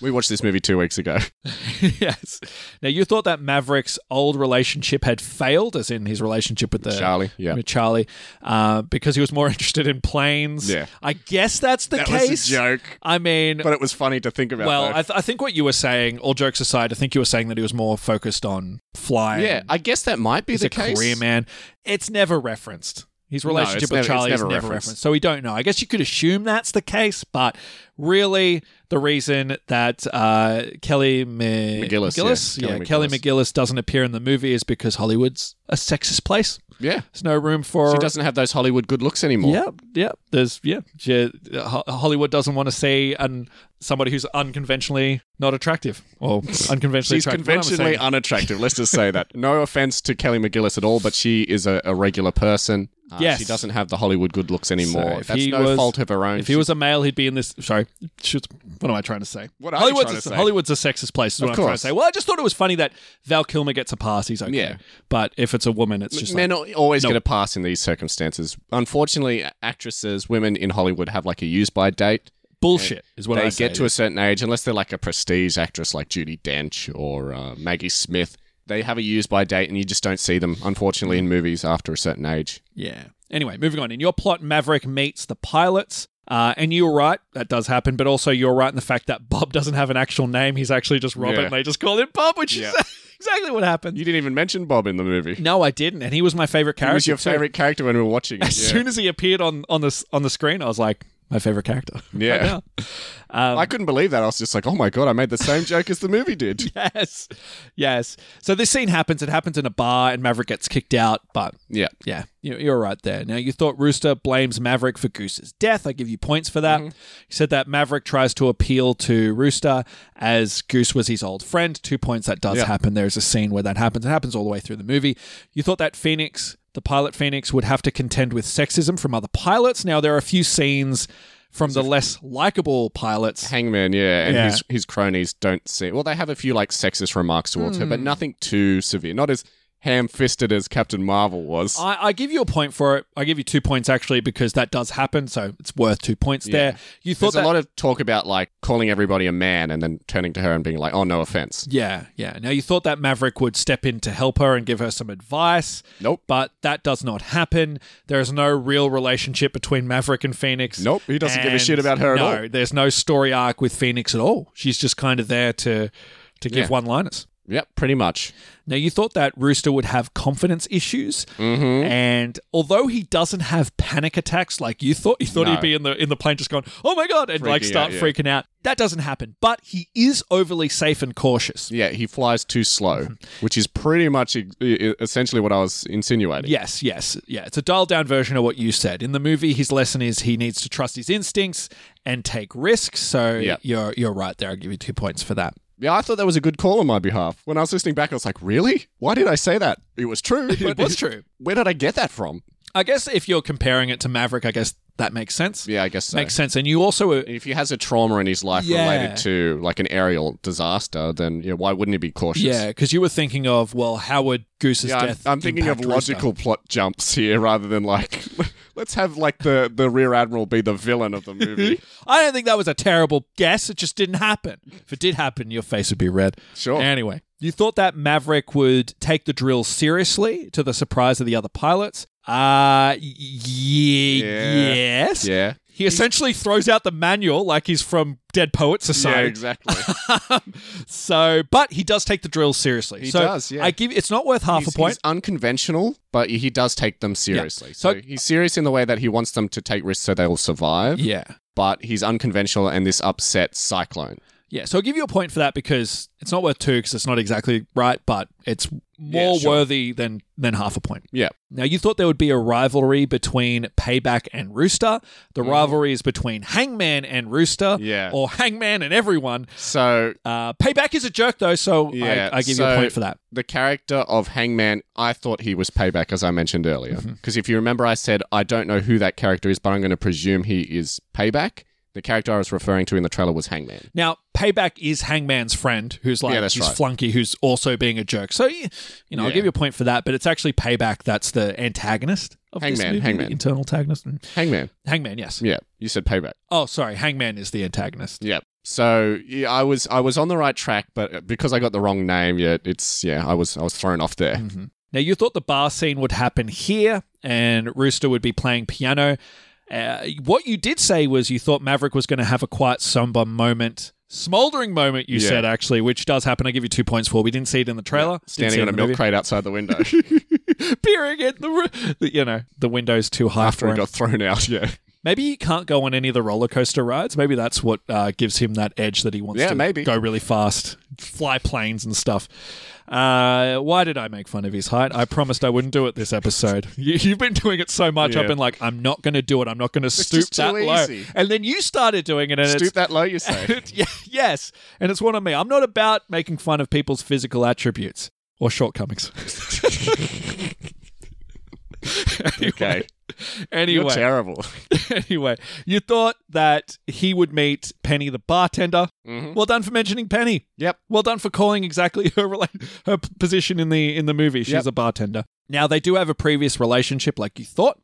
Speaker 1: We watched this movie two weeks ago.
Speaker 2: yes. Now, you thought that Maverick's old relationship had failed, as in his relationship with the
Speaker 1: Charlie. Yeah.
Speaker 2: with Charlie uh, because he was more interested in planes.
Speaker 1: Yeah.
Speaker 2: I guess that's the
Speaker 1: That
Speaker 2: case.
Speaker 1: was a joke,
Speaker 2: I mean,
Speaker 1: but it was funny to think about.
Speaker 2: well,
Speaker 1: though.
Speaker 2: I, th- I think what you were saying, all jokes aside, I think you were saying that he was more focused on flying.
Speaker 1: yeah, I guess that might be
Speaker 2: he's
Speaker 1: the
Speaker 2: a
Speaker 1: case.
Speaker 2: career man. It's never referenced. His
Speaker 1: it's
Speaker 2: relationship
Speaker 1: never-
Speaker 2: with
Speaker 1: it's
Speaker 2: Charlie
Speaker 1: never
Speaker 2: is never
Speaker 1: referenced.
Speaker 2: referenced. so we don't know. I guess you could assume that's the case, but really, the reason that uh, Kelly Ma-
Speaker 1: McGillis, yeah.
Speaker 2: yeah,
Speaker 1: Kelly
Speaker 2: Kelly
Speaker 1: McGillis.
Speaker 2: McGillis doesn't appear in the movie is because Hollywood's a sexist place.
Speaker 1: Yeah,
Speaker 2: There's no room for
Speaker 1: she doesn't have those Hollywood good looks anymore.
Speaker 2: yeah, yeah. There's yeah. She, Ho- Hollywood doesn't want to see an somebody who's unconventionally not attractive or unconventionally
Speaker 1: She's
Speaker 2: attractive. What am I
Speaker 1: conventionally
Speaker 2: saying?
Speaker 1: unattractive. Let's just say that. No offense to Kelly McGillis at all, but she is a, a regular person. Uh,
Speaker 2: Yes.
Speaker 1: She doesn't have the Hollywood good looks anymore.
Speaker 2: if
Speaker 1: That's
Speaker 2: he
Speaker 1: no
Speaker 2: was-
Speaker 1: fault of her own.
Speaker 2: If he was a male, he'd be in this. Sorry, shoot, what am I trying to say?
Speaker 1: What are you
Speaker 2: Hollywood's
Speaker 1: trying
Speaker 2: a,
Speaker 1: to say?
Speaker 2: Hollywood's a sexist place. Is what
Speaker 1: Of
Speaker 2: I'm trying to
Speaker 1: course.
Speaker 2: say. Well, I just thought it was funny that Val Kilmer gets a pass. He's okay.
Speaker 1: Yeah.
Speaker 2: But if it's a woman, it's just
Speaker 1: Men
Speaker 2: like,
Speaker 1: al- always
Speaker 2: No.
Speaker 1: get a pass in these circumstances. Unfortunately, actresses, women in Hollywood have like a use by date.
Speaker 2: bullshit. Is what
Speaker 1: they
Speaker 2: I say.
Speaker 1: get to a certain age, unless they're like a prestige actress like Judy Dench or uh, Maggie Smith. They have a use by date, and you just don't see them, unfortunately, in movies after a certain age.
Speaker 2: Yeah. Anyway, moving on. In your plot, Maverick meets the pilots. Uh, and you're right, that does happen. But also, you're right in the fact that Bob doesn't have an actual name. He's actually just Robert,
Speaker 1: Yeah.
Speaker 2: and they just call him Bob, which
Speaker 1: Yeah.
Speaker 2: is exactly what happened.
Speaker 1: You didn't even mention Bob in the movie.
Speaker 2: No, I didn't. And he was my favorite
Speaker 1: He
Speaker 2: character.
Speaker 1: was your
Speaker 2: too.
Speaker 1: favorite character when we were watching it.
Speaker 2: As
Speaker 1: yeah.
Speaker 2: soon as he appeared on on this on the screen, I was like, my favorite character.
Speaker 1: Yeah.
Speaker 2: Right now. Um,
Speaker 1: I couldn't believe that. I was just like, oh my God, I made the same joke as the movie did.
Speaker 2: yes, yes. So this scene happens. It happens in a bar, and Maverick gets kicked out. But
Speaker 1: Yeah.
Speaker 2: yeah, you- you're right there. Now, you thought Rooster blames Maverick for Goose's death. I give you points for that. You said that Maverick tries to appeal to Rooster as Goose was his old friend. Two points that does
Speaker 1: Yeah.
Speaker 2: happen. There's a scene where that happens. It happens all the way through the movie. You thought that Phoenix, the pilot Phoenix, would have to contend with sexism from other pilots. Now, there are a few scenes from the less likable pilots.
Speaker 1: Hangman, yeah. And
Speaker 2: Yeah.
Speaker 1: His, his cronies don't see. Well, they have a few like sexist remarks towards her, but
Speaker 2: Hmm.
Speaker 1: nothing too severe. Not as ham fisted as Captain Marvel was.
Speaker 2: I, I give you a point for it. I give you two points actually because that does happen, so it's worth two points there. You thought
Speaker 1: There's
Speaker 2: that
Speaker 1: a lot of talk about like calling everybody a man and then turning to her and being like, oh, no offense.
Speaker 2: Yeah, yeah. Now you thought that Maverick would step in to help her and give her some advice,
Speaker 1: Nope.
Speaker 2: but that does not happen. There is no real relationship between Maverick and Phoenix.
Speaker 1: Nope. He doesn't give a
Speaker 2: And
Speaker 1: shit about her at
Speaker 2: no,
Speaker 1: all.
Speaker 2: there's no story arc with Phoenix at all. She's just kind of there to to give
Speaker 1: Yeah.
Speaker 2: one-liners.
Speaker 1: Yep, pretty much.
Speaker 2: Now you thought that Rooster would have confidence issues,
Speaker 1: Mm-hmm.
Speaker 2: and although he doesn't have panic attacks like you thought, you thought
Speaker 1: No.
Speaker 2: he'd be in the in the plane just going, "Oh my god," and like
Speaker 1: Freaking
Speaker 2: start
Speaker 1: out, yeah.
Speaker 2: freaking out. That doesn't happen. But he is overly safe and cautious.
Speaker 1: Yeah, he flies too slow, which is pretty much e- e- essentially what I was insinuating.
Speaker 2: Yes, yes, yeah. It's a dialed down version of what you said. In the movie, his lesson is he needs to trust his instincts and take risks. So
Speaker 1: Yeah.
Speaker 2: you're you're right there. I'll give you two points for that.
Speaker 1: Yeah, I thought that was a good call on my behalf. When I was listening back, I was like, really? Why did I say that? It was true. but
Speaker 2: It was true.
Speaker 1: Where did I get that from?
Speaker 2: I guess if you're comparing it to Maverick, I guess That makes sense.
Speaker 1: Yeah, I guess so.
Speaker 2: Makes sense. And you also uh,
Speaker 1: if he has a trauma in his life
Speaker 2: Yeah.
Speaker 1: related to like an aerial disaster, then yeah, why wouldn't he be cautious?
Speaker 2: Yeah, because you were thinking of well, how would Goose's
Speaker 1: Yeah, I'm-
Speaker 2: death?
Speaker 1: I'm, thinking of
Speaker 2: impact Rooster?
Speaker 1: logical plot jumps here rather than like let's have like the the rear admiral be the villain of the movie.
Speaker 2: I don't think that was a terrible guess. It just didn't happen. If it did happen, your face would be red.
Speaker 1: Sure.
Speaker 2: Anyway, you thought that Maverick would take the drill seriously, to the surprise of the other pilots. Uh, y-
Speaker 1: Yeah.
Speaker 2: yes.
Speaker 1: yeah.
Speaker 2: He essentially throws out the manual like he's from Dead Poets
Speaker 1: Yeah,
Speaker 2: Society.
Speaker 1: exactly.
Speaker 2: so, but he does take the drill seriously.
Speaker 1: He
Speaker 2: so
Speaker 1: does, yeah.
Speaker 2: I give it's not worth half
Speaker 1: he's,
Speaker 2: a point.
Speaker 1: he's unconventional, but he does take them seriously. So,
Speaker 2: So-
Speaker 1: he's serious in the way that he wants them to take risks so they will survive,
Speaker 2: yeah.
Speaker 1: but he's unconventional and this upsets Cyclone.
Speaker 2: Yeah, so I'll give you a point for that because it's not worth two because it's not exactly right, but it's more
Speaker 1: Yeah, sure.
Speaker 2: worthy than than half a point.
Speaker 1: Yeah.
Speaker 2: Now you thought there would be a rivalry between Payback and Rooster. The
Speaker 1: Mm.
Speaker 2: rivalry is between Hangman and Rooster,
Speaker 1: Yeah.
Speaker 2: or Hangman and everyone.
Speaker 1: So
Speaker 2: Uh, Payback is a jerk though, so
Speaker 1: Yeah,
Speaker 2: I, I give you
Speaker 1: so-
Speaker 2: a point for that.
Speaker 1: the character of Hangman, I thought he was Payback, as I mentioned earlier.
Speaker 2: Mm-hmm.
Speaker 1: Because if you remember, I said, I don't know who that character is, but I'm going to presume he is Payback. The character I was referring to in the trailer was Hangman.
Speaker 2: Now Payback is Hangman's friend, who's like
Speaker 1: Yeah, that's
Speaker 2: his
Speaker 1: right.
Speaker 2: flunky, who's also being a jerk. So you you know, I'll
Speaker 1: Yeah.
Speaker 2: give you a point for that, but it's actually Payback that's the antagonist of this
Speaker 1: Hangman,
Speaker 2: movie, the
Speaker 1: Hangman.
Speaker 2: internal antagonist. Mm.
Speaker 1: Hangman.
Speaker 2: Hangman, yes.
Speaker 1: Yeah, you said Payback.
Speaker 2: Oh, sorry. Hangman is the antagonist.
Speaker 1: Yeah. So yeah, I was I was on the right track, but uh, because I got the wrong name, yeah, it's yeah, I was I was thrown off
Speaker 2: Mm.
Speaker 1: there.
Speaker 2: Now, you thought the bar scene would happen here and Rooster would be playing piano. Uh, what you did say was you thought Maverick was going to have a quiet, somber moment, smoldering moment, you
Speaker 1: Yeah.
Speaker 2: said, actually, which does happen. I give you two points for. We didn't see it in the trailer. Didn't see
Speaker 1: Standing
Speaker 2: it
Speaker 1: on a
Speaker 2: in the
Speaker 1: milk
Speaker 2: movie.
Speaker 1: crate outside the window
Speaker 2: Peering at the, roo- the, you know, the window's too high
Speaker 1: after
Speaker 2: for
Speaker 1: he
Speaker 2: him.
Speaker 1: got thrown out. Yeah.
Speaker 2: Maybe he can't go on any of the roller coaster rides. Maybe that's what uh, gives him that edge that he wants
Speaker 1: Yeah,
Speaker 2: to
Speaker 1: maybe.
Speaker 2: go really fast, fly planes and stuff. Uh, why did I make fun of his height? I promised I wouldn't do it this episode. You, you've been doing it so much.
Speaker 1: Yeah.
Speaker 2: I've been like, I'm not going to do it. I'm not going to stoop
Speaker 1: just
Speaker 2: that
Speaker 1: too
Speaker 2: low.
Speaker 1: easy.
Speaker 2: And then you started doing it, and
Speaker 1: Stoop
Speaker 2: it's.
Speaker 1: that low, you say.
Speaker 2: Yeah, yes, and it's one on me. I'm not about making fun of people's physical attributes or shortcomings.
Speaker 1: okay. You're
Speaker 2: Anyway,
Speaker 1: terrible.
Speaker 2: anyway, you thought that he would meet Penny the bartender.
Speaker 1: Mhm.
Speaker 2: Well done for mentioning Penny.
Speaker 1: Yep.
Speaker 2: Well done for calling exactly her rela- her p- position in the in the movie. She's
Speaker 1: Yep.
Speaker 2: a bartender. Now they do have a previous relationship, like you thought.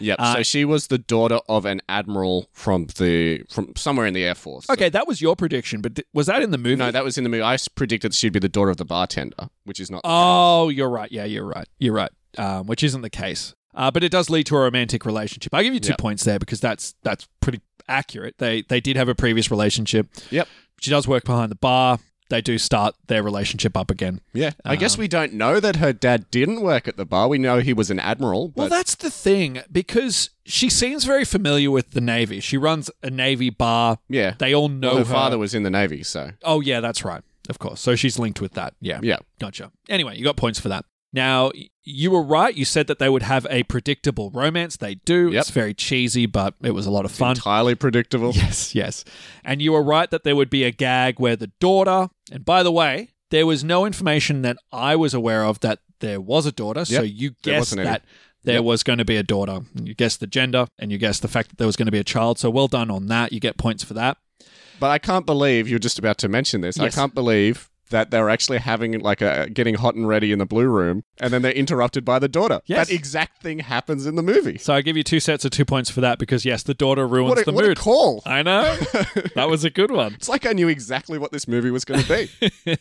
Speaker 1: Yep.
Speaker 2: Uh,
Speaker 1: so she was the daughter of an admiral from the from somewhere in the air force.
Speaker 2: Okay, that was your prediction, but th- was that in the movie?
Speaker 1: No, that was in the movie. I s- predicted she'd be the daughter of the bartender, which is not.
Speaker 2: oh, you're right. Yeah, you're right. You're right. Um, which isn't the case. Uh, but it does lead to a romantic relationship. I give you two
Speaker 1: Yep.
Speaker 2: points there because that's that's pretty accurate. They they did have a previous relationship.
Speaker 1: Yep.
Speaker 2: She does work behind the bar. They do start their relationship up again.
Speaker 1: yeah. I
Speaker 2: Ah.
Speaker 1: guess we don't know that her dad didn't work at the bar. We know he was an admiral,
Speaker 2: Well,
Speaker 1: but
Speaker 2: that's the thing because she seems very familiar with the Navy. She runs a Navy bar.
Speaker 1: yeah.
Speaker 2: They all know
Speaker 1: her
Speaker 2: her.
Speaker 1: father was in the navy, so
Speaker 2: Oh, yeah, that's right. Of course. So she's linked with that. Yeah.
Speaker 1: yeah.
Speaker 2: Gotcha. Anyway, you got points for that. Now, y- you were right. You said that they would have a predictable romance. They do.
Speaker 1: Yep.
Speaker 2: It's very cheesy, but it was a lot of fun.
Speaker 1: Entirely predictable.
Speaker 2: Yes, yes. And you were right that there would be a gag where the daughter, and by the way, there was no information that I was aware of that there was a daughter. So
Speaker 1: Yep,
Speaker 2: you
Speaker 1: there
Speaker 2: guessed
Speaker 1: wasn't any.
Speaker 2: that there
Speaker 1: Yep.
Speaker 2: was going to be a daughter. You guessed the gender and you guessed the fact that there was going to be a child. So well done on that. You get points for that.
Speaker 1: But I can't believe you're just about to mention this.
Speaker 2: Yes.
Speaker 1: I can't believe that they were actually having like a getting hot and ready in the blue room, and then they're interrupted by the daughter.
Speaker 2: Yes.
Speaker 1: That exact thing happens in the movie.
Speaker 2: So I give you two sets of two points for that because, yes, the daughter ruins
Speaker 1: What a,
Speaker 2: the
Speaker 1: what a
Speaker 2: mood.
Speaker 1: call!
Speaker 2: I know. that was a good one.
Speaker 1: It's like I knew exactly what this movie was going to be.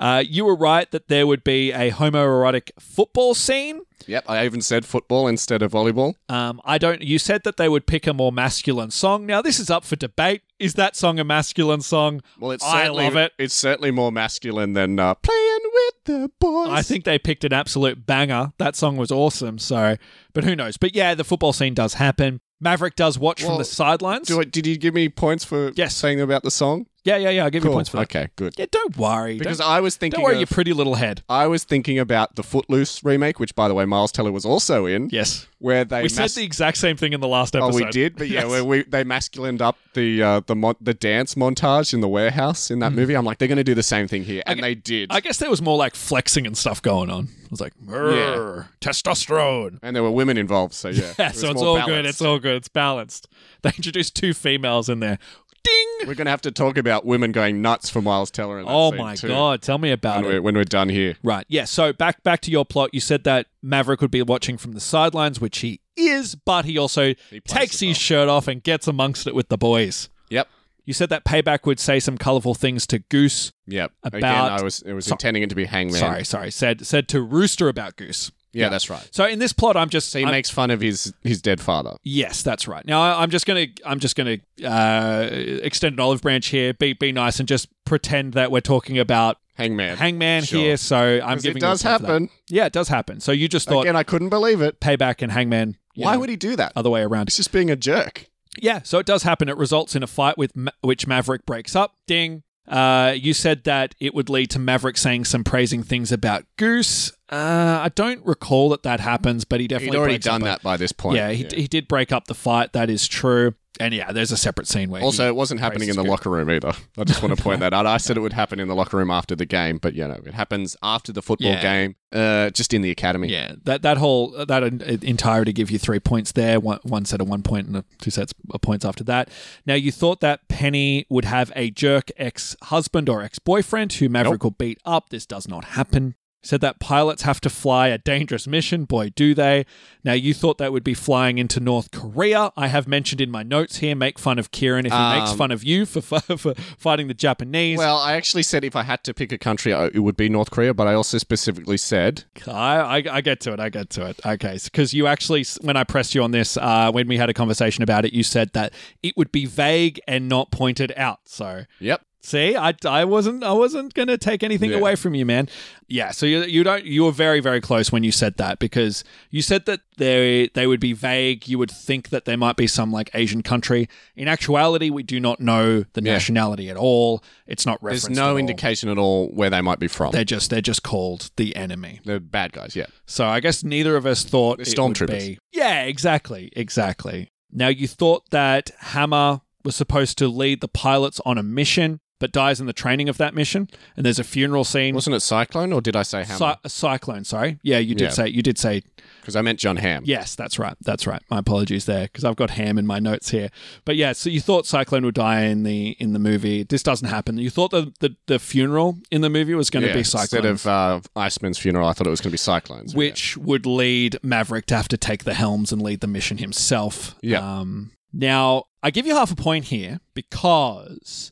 Speaker 2: Uh, you were right that there would be a homoerotic football scene.
Speaker 1: yep, I even said football instead of volleyball.
Speaker 2: Um, I don't. You said that they would pick a more masculine song. Now this is up for debate. Is that song a masculine song?
Speaker 1: Well, it's
Speaker 2: I
Speaker 1: certainly-
Speaker 2: love it.
Speaker 1: It's certainly more masculine than uh, playing with the boys.
Speaker 2: I think they picked an absolute banger. That song was awesome. So, but who knows? But yeah, the football scene does happen. Maverick does watch from
Speaker 1: Well,
Speaker 2: the sidelines.
Speaker 1: Do I, did you give me points for
Speaker 2: Yes.
Speaker 1: saying about the song? Oh,
Speaker 2: Yeah, yeah, yeah. I'll give you points for that.
Speaker 1: Okay, good.
Speaker 2: Yeah, don't worry.
Speaker 1: Because
Speaker 2: Don't,
Speaker 1: I was thinking
Speaker 2: don't worry,
Speaker 1: of-
Speaker 2: your pretty little head.
Speaker 1: I was thinking about the Footloose remake, which, by the way, Miles Teller was also in,
Speaker 2: Yes.
Speaker 1: where they
Speaker 2: We
Speaker 1: mas-
Speaker 2: said the exact same thing in the last
Speaker 1: oh
Speaker 2: episode.
Speaker 1: we did, but yeah,
Speaker 2: Yes.
Speaker 1: where we they masculined up the uh, the mon- the dance montage in the warehouse in that movie. I'm like, they're going to do the same thing here, and they did.
Speaker 2: Mm. I guess there was more like flexing and stuff going on. It was like, "Murr, testosterone.
Speaker 1: and there were women involved, so yeah,
Speaker 2: Yeah,
Speaker 1: it was
Speaker 2: so it's
Speaker 1: more
Speaker 2: all good.
Speaker 1: balanced.
Speaker 2: It's all good. It's balanced. They introduced two females in there. Ding!
Speaker 1: We're going to have to talk about women going nuts for Miles Teller. In that
Speaker 2: Oh
Speaker 1: scene
Speaker 2: my
Speaker 1: too,
Speaker 2: god, tell me about
Speaker 1: When
Speaker 2: it.
Speaker 1: we're, when we're done here,
Speaker 2: Right. Yeah. So back back to your plot. You said that Maverick would be watching from the sidelines, which he is, but he also
Speaker 1: He plays
Speaker 2: takes
Speaker 1: the
Speaker 2: his
Speaker 1: role.
Speaker 2: shirt off and gets amongst it with the boys.
Speaker 1: Yep.
Speaker 2: You said that Payback would say some colorful things to Goose.
Speaker 1: Yep. Again,
Speaker 2: About-
Speaker 1: I was it was
Speaker 2: Sorry.
Speaker 1: intending it to be Hangman.
Speaker 2: Sorry, sorry. Said said to Rooster about Goose.
Speaker 1: Yeah, that's right.
Speaker 2: So in this plot, I'm just
Speaker 1: So he
Speaker 2: I'm-
Speaker 1: makes fun of his his dead father.
Speaker 2: Yes, that's right. Now I- I'm just gonna I'm just gonna uh, extend an olive branch here. Be be nice and just pretend that we're talking about
Speaker 1: Hangman.
Speaker 2: Hangman
Speaker 1: Sure.
Speaker 2: here. So I'm
Speaker 1: 'Cause
Speaker 2: giving
Speaker 1: it
Speaker 2: you a
Speaker 1: does
Speaker 2: point for that.
Speaker 1: happen.
Speaker 2: Yeah, it does happen. So you just thought Uh,
Speaker 1: Again, I couldn't believe it.
Speaker 2: Payback and Hangman. you
Speaker 1: Why
Speaker 2: know,
Speaker 1: would he do that?
Speaker 2: other way around?
Speaker 1: It's just being a jerk.
Speaker 2: Yeah, so it does happen. It results in a fight with Ma- which Maverick breaks up. Ding. Uh, you said that it would lead to Maverick saying some praising things about Goose. Uh, I don't recall that that happens, but he definitely
Speaker 1: He'd already
Speaker 2: breaks up
Speaker 1: done
Speaker 2: a-
Speaker 1: that by this point.
Speaker 2: Yeah, he, he did break up the fight. That is true. And yeah, there's a separate scene where he-
Speaker 1: also, it wasn't happening in the locker room either. I just want to point that out. I said it would happen in the locker room after the game, but you know, it happens after the football
Speaker 2: Yeah.
Speaker 1: game, uh, just in the academy.
Speaker 2: yeah, that that whole that en- uh, entirety give you three points there. One, one set of one point and a, two sets of points after that. Now you thought that Penny would have a jerk ex husband or ex boyfriend who Maverick will beat up. This does not happen. Said that pilots have to fly a dangerous mission. Boy, do they. Now, you thought that would be flying into North Korea. I have mentioned in my notes here make fun of Kieran if he makes
Speaker 1: Um,
Speaker 2: fun of you for, fi- for fighting the Japanese.
Speaker 1: Well, I actually said if I had to pick a country, I- it would be North Korea, but I also specifically said
Speaker 2: I, I, I get to it. I get to it. Okay. Because you actually, when I pressed you on this, uh, when we had a conversation about it, you said that it would be vague and not pointed out. So.
Speaker 1: Yep.
Speaker 2: See, I, I wasn't I wasn't gonna take anything
Speaker 1: Yeah.
Speaker 2: away from you, man. Yeah, so you, you don't you were very very close when you said that because you said that they they would be vague. You would think that there might be some like Asian country. In actuality, we do not know the
Speaker 1: Yeah.
Speaker 2: nationality at all. It's not referenced.
Speaker 1: there's no
Speaker 2: at all.
Speaker 1: indication at all where they might be from.
Speaker 2: They're
Speaker 1: They're,
Speaker 2: just they're just called the enemy.
Speaker 1: bad guys, yeah.
Speaker 2: So I guess neither of us thought
Speaker 1: They're
Speaker 2: it would
Speaker 1: stormtroopers.
Speaker 2: be- Yeah, exactly, exactly. Now you thought that Hammer was supposed to lead the pilots on a mission, but dies in the training of that mission. And there's a funeral scene.
Speaker 1: Wasn't it Cyclone or did I say Hammer?
Speaker 2: Mm. Cy- cyclone, sorry. Yeah, you did
Speaker 1: Yeah.
Speaker 2: say you did say
Speaker 1: Because I meant John Ham.
Speaker 2: yes. That's right. That's right. My apologies there because I've got ham in my notes here. But yeah, so you thought Cyclone would die in the in the movie. This doesn't happen. You thought the the, the funeral in the movie was going to
Speaker 1: Yeah,
Speaker 2: be Cyclone.
Speaker 1: Instead of uh, Iceman's funeral, I thought it was going to be Cyclone's. yeah.
Speaker 2: which would lead Maverick to have to take the helms and lead the mission himself.
Speaker 1: Yeah.
Speaker 2: Um, now, I give you half a point here because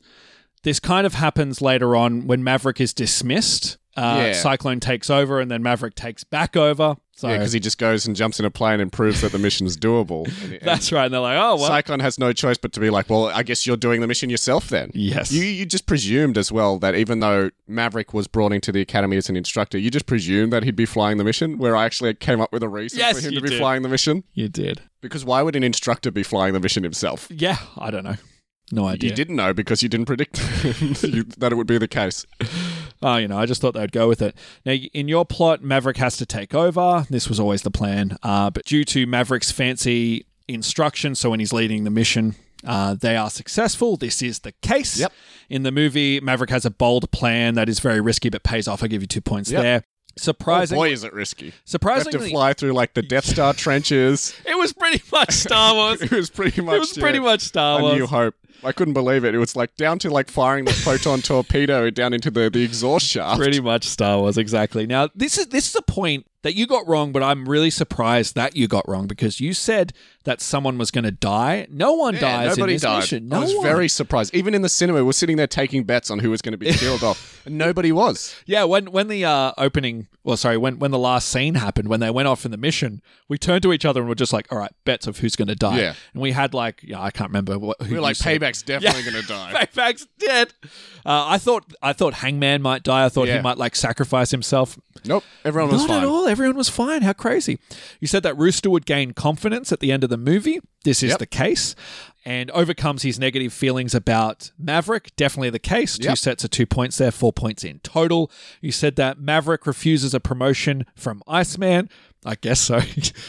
Speaker 2: this kind of happens later on when Maverick is dismissed. Uh,
Speaker 1: Yeah.
Speaker 2: Cyclone takes over, and then Maverick takes back over. So
Speaker 1: Yeah, because he just goes and jumps in a plane and proves that the mission's doable. And- and
Speaker 2: that's right. And they're like, "Oh, well,
Speaker 1: Cyclone has no choice but to be like, well, I guess you're doing the mission yourself then.
Speaker 2: yes,
Speaker 1: You, you just presumed as well that even though Maverick was brought into the academy as an instructor, you just presumed that he'd be flying the mission. Where I actually came up with a reason
Speaker 2: Yes,
Speaker 1: for him
Speaker 2: you
Speaker 1: to be
Speaker 2: did.
Speaker 1: flying the mission.
Speaker 2: you did."
Speaker 1: Because why would an instructor be flying the mission himself?
Speaker 2: Yeah, I don't know. No idea.
Speaker 1: You didn't know because you didn't predict you, that it would be the case.
Speaker 2: Oh, you know, I just thought they'd go with it. Now, in your plot, Maverick has to take over. This was always the plan. Uh, but due to Maverick's fancy instructions, so when he's leading the mission, uh, they are successful. This is the case.
Speaker 1: Yep.
Speaker 2: In the movie, Maverick has a bold plan that is very risky but pays off. I give you two points
Speaker 1: Yep.
Speaker 2: there.
Speaker 1: Oh
Speaker 2: Surprising,
Speaker 1: boy, is it risky. You have to
Speaker 2: surprisingly,
Speaker 1: fly through like the Death Star trenches.
Speaker 2: it was pretty much Star Wars.
Speaker 1: It was pretty much
Speaker 2: it was pretty
Speaker 1: yeah.
Speaker 2: much Star
Speaker 1: A
Speaker 2: Wars.
Speaker 1: New Hope. I couldn't believe it. It was like down to like firing the photon torpedo down into the, the exhaust shaft.
Speaker 2: Pretty much Star Wars, exactly. Now this is this is a point that you got wrong, but I'm really surprised that you got wrong because you said that someone was going to die. No one
Speaker 1: Yeah,
Speaker 2: dies in
Speaker 1: nobody
Speaker 2: this
Speaker 1: died.
Speaker 2: mission. No
Speaker 1: I was
Speaker 2: one.
Speaker 1: very surprised. Even in the cinema, we're sitting there taking bets on who was going to be killed off, and nobody was.
Speaker 2: yeah. When when the uh, opening, well, sorry, when when the last scene happened, when they went off in the mission, we turned to each other and we're just like, all right, bets of who's going to die.
Speaker 1: Yeah.
Speaker 2: And we had like, yeah, I can't remember what. Who
Speaker 1: We were
Speaker 2: you
Speaker 1: like,
Speaker 2: said.
Speaker 1: payback's definitely going to die.
Speaker 2: Payback's dead. Uh, I thought I thought Hangman might die. I thought he
Speaker 1: Yeah.
Speaker 2: might like sacrifice himself.
Speaker 1: Nope, everyone was
Speaker 2: Not
Speaker 1: fine.
Speaker 2: at all. Everyone was fine. How crazy. You said that Rooster would gain confidence at the end of the the movie. This is
Speaker 1: Yep.
Speaker 2: the case. And overcomes his negative feelings about Maverick. Definitely the case. Two
Speaker 1: Yep.
Speaker 2: sets of two points there, four points in total. You said that Maverick refuses a promotion from Iceman. I guess so.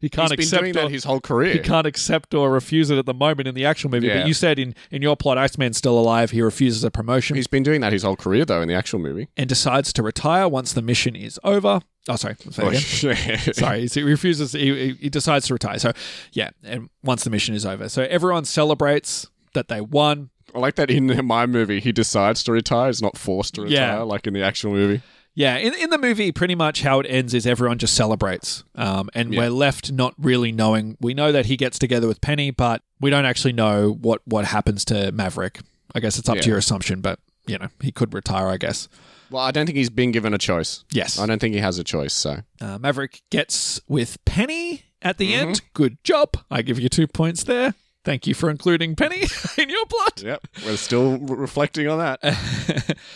Speaker 2: he
Speaker 1: He's
Speaker 2: can't
Speaker 1: been
Speaker 2: accept
Speaker 1: doing
Speaker 2: or-
Speaker 1: that his whole career.
Speaker 2: he can't accept or refuse it at the moment in the actual movie.
Speaker 1: Yeah.
Speaker 2: But you said in, in your plot, Iceman's still alive. He refuses a promotion
Speaker 1: He's been doing that his whole career, though, in the actual movie.
Speaker 2: and decides to retire once the mission is over. Oh, sorry. Say it again. Sorry, he's- he refuses. He, he- he decides to retire. So, yeah, and once the mission is over, so everyone celebrates that they won.
Speaker 1: I like that in my movie, he decides to retire. He's not forced to retire
Speaker 2: Yeah.
Speaker 1: like in the actual movie.
Speaker 2: Yeah, in, in the movie, pretty much how it ends is everyone just celebrates, um, and
Speaker 1: Yeah.
Speaker 2: we're left not really knowing. We know that he gets together with Penny, but we don't actually know what what happens to Maverick. I guess it's up
Speaker 1: Yeah.
Speaker 2: to your assumption, but you know he could retire. I guess.
Speaker 1: Well, I don't think he's been given a choice.
Speaker 2: Yes.
Speaker 1: I don't think he has a choice, so.
Speaker 2: Uh, Maverick gets with Penny at the
Speaker 1: Mm-hmm.
Speaker 2: end. Good job. I give you two points there. Thank you for including Penny in your plot.
Speaker 1: Yep. We're still re- reflecting on that.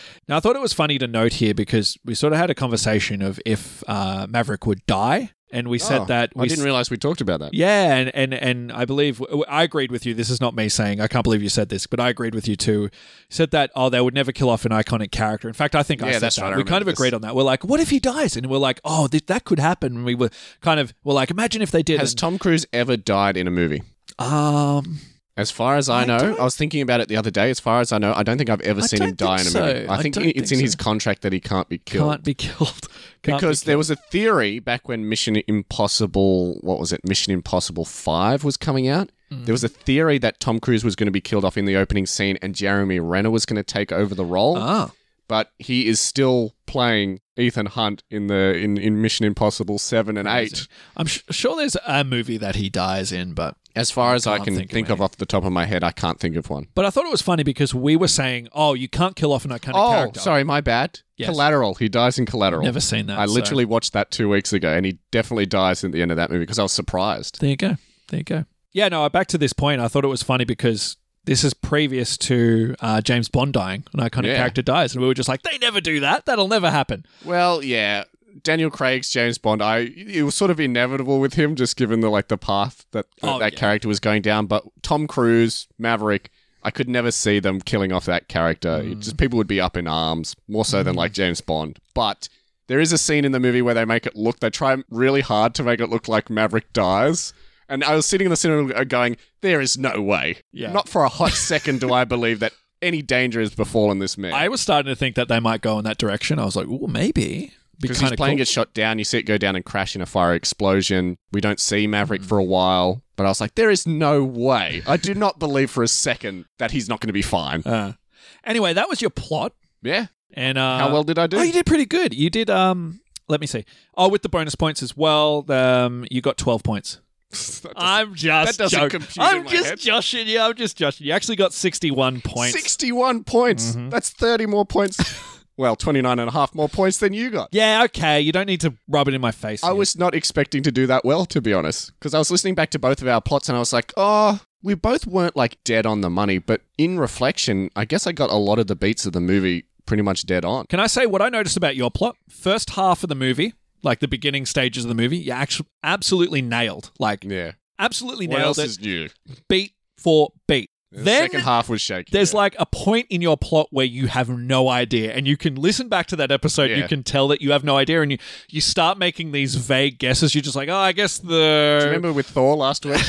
Speaker 2: now, I thought it was funny to note here because we sort of had a conversation of if uh, Maverick would die, and we
Speaker 1: Oh,
Speaker 2: said that we
Speaker 1: I didn't realize we talked about that.
Speaker 2: yeah, and, and and I believe I agreed with you. This is not me saying I can't believe you said this, but I agreed with you too. You said that oh, they would never kill off an iconic character. In fact, I think I
Speaker 1: Yeah,
Speaker 2: said
Speaker 1: that's
Speaker 2: that.
Speaker 1: right, I
Speaker 2: we kind
Speaker 1: remember
Speaker 2: of
Speaker 1: this.
Speaker 2: agreed on that. We're like, what if he dies? And we're like, oh, th- that could happen. And we were kind of we're like, imagine if they did.
Speaker 1: Has Tom Cruise ever died in a movie?
Speaker 2: And, um,
Speaker 1: As far as I,
Speaker 2: I
Speaker 1: know,
Speaker 2: don't-
Speaker 1: I was thinking about it the other day. As far as I know, I don't think I've ever
Speaker 2: I
Speaker 1: seen him
Speaker 2: don't
Speaker 1: die in
Speaker 2: think
Speaker 1: a movie.
Speaker 2: so.
Speaker 1: I
Speaker 2: I
Speaker 1: think
Speaker 2: don't
Speaker 1: it's
Speaker 2: think
Speaker 1: in
Speaker 2: so.
Speaker 1: his contract that he can't be killed.
Speaker 2: can't be killed Can't be
Speaker 1: because there was a theory back when Mission Impossible, what was it? Mission Impossible 5 was coming out.
Speaker 2: Hmm.
Speaker 1: There was a theory that Tom Cruise was going to be killed off in the opening scene and Jeremy Renner was going to take over the role,
Speaker 2: killed. ah.
Speaker 1: but he is still playing Ethan Hunt in the in, in Mission Impossible 7 and 8.
Speaker 2: I'm sh- sure there's a movie that he dies in, but
Speaker 1: As far as I
Speaker 2: Can't
Speaker 1: can
Speaker 2: think
Speaker 1: think,
Speaker 2: of
Speaker 1: of off the top of my head, I can't think of one.
Speaker 2: but I thought it was funny because we were saying, oh, you can't kill off an iconic
Speaker 1: Oh,
Speaker 2: character.
Speaker 1: sorry, my bad.
Speaker 2: Yes.
Speaker 1: Collateral. He dies in Collateral.
Speaker 2: never seen that.
Speaker 1: I
Speaker 2: so-
Speaker 1: literally watched that two weeks ago, and he definitely dies at the end of that movie because I was surprised.
Speaker 2: There you go. There you go. Yeah, no, back to this point, I thought it was funny because this is previous to uh, James Bond dying, an iconic
Speaker 1: Yeah.
Speaker 2: character dies, and we were just like, they never do that. That'll never happen.
Speaker 1: Well, yeah, Daniel Craig's James Bond. I it was sort of inevitable with him, just given the like the path that that,
Speaker 2: Oh,
Speaker 1: that
Speaker 2: yeah.
Speaker 1: character was going down. But Tom Cruise, Maverick, I could never see them killing off that character.
Speaker 2: Mm.
Speaker 1: It just people would be up in arms more so than like James Bond, but. There is a scene in the movie where they make it look, they try really hard to make it look like Maverick dies. And I was sitting in the cinema going, there is no way.
Speaker 2: Yeah.
Speaker 1: Not for a hot second do I believe that any danger has befallen this man.
Speaker 2: I was starting to think that they might go in that direction. I was like, ooh, maybe. Be
Speaker 1: Because his
Speaker 2: kinda
Speaker 1: plane
Speaker 2: cool.
Speaker 1: gets shot down, you see it go down and crash in a fire explosion. We don't see
Speaker 2: Mm.
Speaker 1: Maverick for a while, but I was like, there is no way. I do not believe for a second that he's not going to be fine.
Speaker 2: Uh, anyway, that was your plot.
Speaker 1: Yeah.
Speaker 2: And uh,
Speaker 1: How well did I do?
Speaker 2: Oh, you did pretty good. You did. Um, let me see. Oh, with the bonus points as well. Um, you got twelve points.
Speaker 1: That doesn't-
Speaker 2: I'm just
Speaker 1: that doesn't
Speaker 2: joking.
Speaker 1: compute in
Speaker 2: I'm
Speaker 1: my
Speaker 2: just
Speaker 1: head.
Speaker 2: joshing you. I'm just joshing. You You actually got sixty-one points. Mm-hmm.
Speaker 1: 61 points. That's 30 more points. well, 29 and a half more points than you got.
Speaker 2: Yeah, okay. You don't need to rub it in my face.
Speaker 1: I
Speaker 2: here.
Speaker 1: was not expecting to do that well, to be honest, because I was listening back to both of our plots and I was like, oh, we both weren't like dead on the money, but in reflection, I guess I got a lot of the beats of the movie pretty much dead on.
Speaker 2: Can I say what I noticed about your plot? First half of the movie, like the beginning stages of the movie, you actually absolutely nailed. Like
Speaker 1: Yeah.
Speaker 2: absolutely
Speaker 1: What
Speaker 2: nailed
Speaker 1: else
Speaker 2: it,
Speaker 1: is new?
Speaker 2: beat for beat.
Speaker 1: The
Speaker 2: then
Speaker 1: second half was shaky.
Speaker 2: there's like a point in your plot where you have no idea, and you can listen back to that episode. You
Speaker 1: Yeah.
Speaker 2: can tell that you have no idea, and you you start making these vague guesses. You're just like, oh, I guess the
Speaker 1: Do you remember with Thor last week,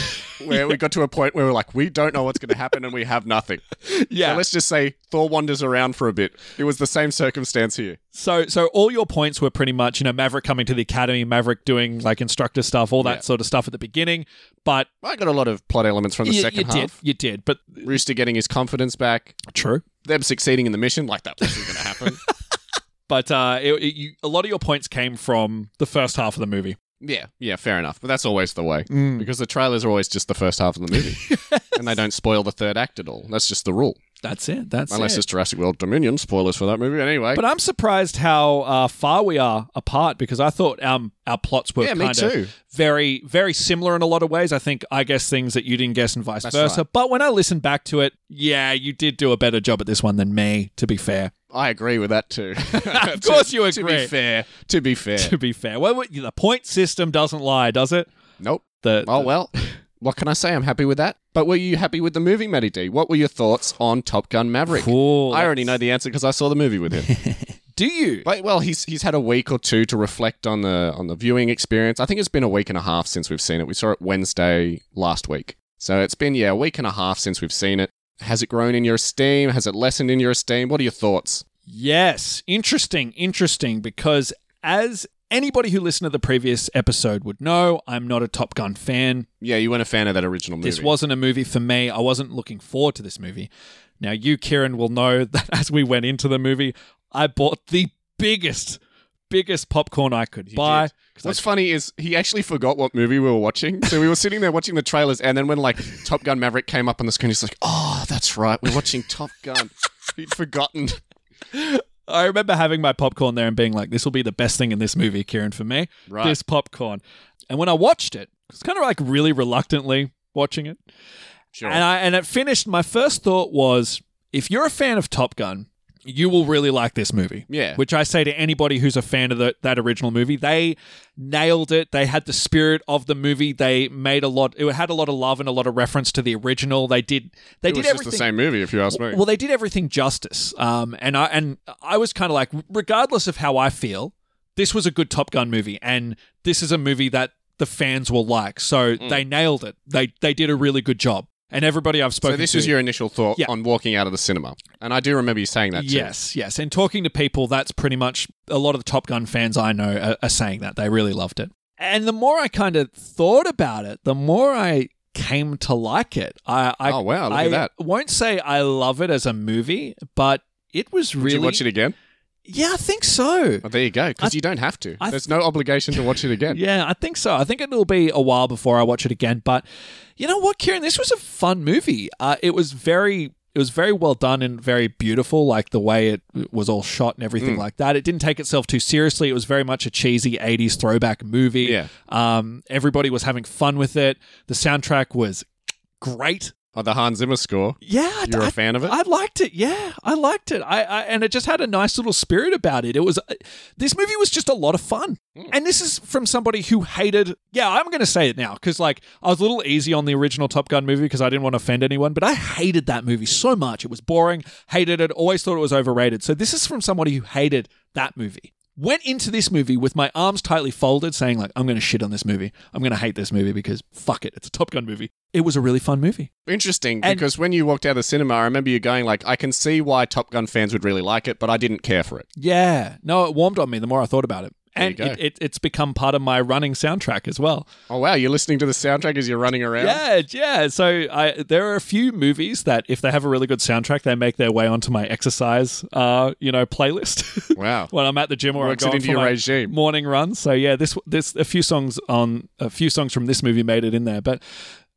Speaker 1: where we got to a point where we're like, we don't know what's going to happen and we have nothing.
Speaker 2: yeah.
Speaker 1: So let's just say Thor wanders around for a bit. It was the same circumstance here.
Speaker 2: So, so all your points were pretty much, you know, Maverick coming to the academy, Maverick doing like instructor stuff, all that
Speaker 1: Yeah.
Speaker 2: sort of stuff at the beginning. But
Speaker 1: I got a lot of plot elements from the
Speaker 2: you,
Speaker 1: second
Speaker 2: you did,
Speaker 1: half.
Speaker 2: you did. But
Speaker 1: Rooster getting his confidence back,
Speaker 2: true.
Speaker 1: them succeeding in the mission, like that wasn't going to happen.
Speaker 2: But uh, it, it- you, a lot of your points came from the first half of the movie.
Speaker 1: yeah, yeah, fair enough. But that's always the way.
Speaker 2: Mm.
Speaker 1: Because the trailers are always just the first half of the movie. and they don't spoil the third act at all. That's just the rule.
Speaker 2: That's it. That's
Speaker 1: Unless
Speaker 2: it.
Speaker 1: it's Jurassic World Dominion, spoilers for that movie. Anyway,
Speaker 2: But I'm surprised how uh, far we are apart because I thought um, our plots were
Speaker 1: Yeah, me
Speaker 2: kind
Speaker 1: too.
Speaker 2: of very, very similar in a lot of ways. I think I guess things that you didn't guess and vice
Speaker 1: That's
Speaker 2: versa. But when I listened back to it, yeah, you did do a better job at this one than me, to be fair.
Speaker 1: I agree with that too.
Speaker 2: Of course you
Speaker 1: To
Speaker 2: agree.
Speaker 1: be fair, to be fair.
Speaker 2: to be fair. Well, what- the point system doesn't lie, does it?
Speaker 1: nope.
Speaker 2: The,
Speaker 1: Oh well. What can I say? I'm happy with that. But were you happy with the movie, Matty D? What were your thoughts on Top Gun Maverick?
Speaker 2: Cool.
Speaker 1: I already know the answer because I saw the movie with him.
Speaker 2: Do you?
Speaker 1: But well, he's he's had a week or two to reflect on the on the viewing experience. I think it's been a week and a half since we've seen it. We saw it Wednesday last week, so it's been yeah a week and a half since we've seen it. Has it grown in your esteem? Has it lessened in your esteem? What are your thoughts?
Speaker 2: Yes. Interesting. Interesting. Because as anybody who listened to the previous episode would know, I'm not a Top Gun fan.
Speaker 1: Yeah, you weren't a fan of that original movie.
Speaker 2: This wasn't a movie for me. I wasn't looking forward to this movie. Now, you, Kieran, will know that as we went into the movie, I bought the biggest, biggest popcorn I could buy.
Speaker 1: did. What's funny is he actually forgot what movie we were watching. So we were sitting there watching the trailers, and then when like Top Gun Maverick came up on the screen, he's like, "Oh, that's right, we're watching Top Gun." He'd forgotten.
Speaker 2: I remember having my popcorn there and being like, this will be the best thing in this movie, Kieran, for me.
Speaker 1: Right.
Speaker 2: This popcorn. And when I watched it, it was kind of like really reluctantly watching it.
Speaker 1: Sure.
Speaker 2: And I and it finished. My first thought was, if you're a fan of Top Gun, you will really like this movie.
Speaker 1: Yeah.
Speaker 2: Which I say to anybody who's a fan of the, that original movie, they nailed it. They had the spirit of the movie. They made a lot. It had a lot of love and a lot of reference to the original. They did. They
Speaker 1: it
Speaker 2: did
Speaker 1: was
Speaker 2: everything.
Speaker 1: just the same movie, if you ask me.
Speaker 2: Well, they did everything justice. Um, and I and I was kind of like, regardless of how I feel, this was a good Top Gun movie, and this is a movie that the fans will like. So
Speaker 1: Hmm.
Speaker 2: they nailed it. They they did a really good job. And everybody I've spoken
Speaker 1: so this
Speaker 2: to,
Speaker 1: is your initial thought
Speaker 2: Yeah.
Speaker 1: on walking out of the cinema, and I do remember you saying that. Too.
Speaker 2: yes, yes. And talking to people, that's pretty much a lot of the Top Gun fans I know are, are saying that they really loved it. And the more I kind of thought about it, the more I came to like it. I, I
Speaker 1: oh wow, look
Speaker 2: I
Speaker 1: at that.
Speaker 2: won't say I love it as a movie, but it was
Speaker 1: Did
Speaker 2: really.
Speaker 1: you watch it again?
Speaker 2: Yeah, I think so.
Speaker 1: Oh, there you go. Because
Speaker 2: I-
Speaker 1: you don't have to.
Speaker 2: I-
Speaker 1: There's no obligation to watch it again.
Speaker 2: Yeah, I think so. I think it'll be a while before I watch it again. But you know what, Kieran? This was a fun movie. Uh, it was very. It was very well done and very beautiful, like the way it was all shot and
Speaker 1: Mm.
Speaker 2: everything like that. It didn't take itself too seriously. It was very much a cheesy 80s throwback movie.
Speaker 1: Yeah.
Speaker 2: Um, everybody was having fun with it. The soundtrack was great.
Speaker 1: Oh, the Hans Zimmer score.
Speaker 2: Yeah, I-
Speaker 1: You're
Speaker 2: I
Speaker 1: a fan of it.
Speaker 2: I liked it. Yeah, I liked it. I, I and it just had a nice little spirit about it. It was uh, this movie was just a lot of fun.
Speaker 1: Hmm.
Speaker 2: And this is from somebody who hated. Yeah, I'm going to say it now because like I was a little easy on the original Top Gun movie because I didn't want to offend anyone, but I hated that movie so much. It was boring. Hated it. Always thought it was overrated. So this is from somebody who hated that movie. Went into this movie with my arms tightly folded, saying like, "I'm going to shit on this movie. I'm going to hate this movie because fuck it, it's a Top Gun movie." It was a really fun movie.
Speaker 1: Interesting,
Speaker 2: And-
Speaker 1: because when you walked out of the cinema, I remember you going like, "I can see why Top Gun fans would really like it, but I didn't care for it."
Speaker 2: Yeah. No, it warmed on me the more I thought about it.
Speaker 1: There you
Speaker 2: And
Speaker 1: go.
Speaker 2: it, it, it's become part of my running soundtrack as well.
Speaker 1: Oh wow, you're listening to the soundtrack as you're running around.
Speaker 2: Yeah, yeah. So I, there are a few movies that, if they have a really good soundtrack, they make their way onto my exercise, uh, you know, playlist
Speaker 1: Wow.
Speaker 2: when I'm at the gym or
Speaker 1: Works it
Speaker 2: I'm going
Speaker 1: into
Speaker 2: for
Speaker 1: your
Speaker 2: my
Speaker 1: regime.
Speaker 2: morning run. So yeah, this this a few songs on a few songs from this movie made it in there, but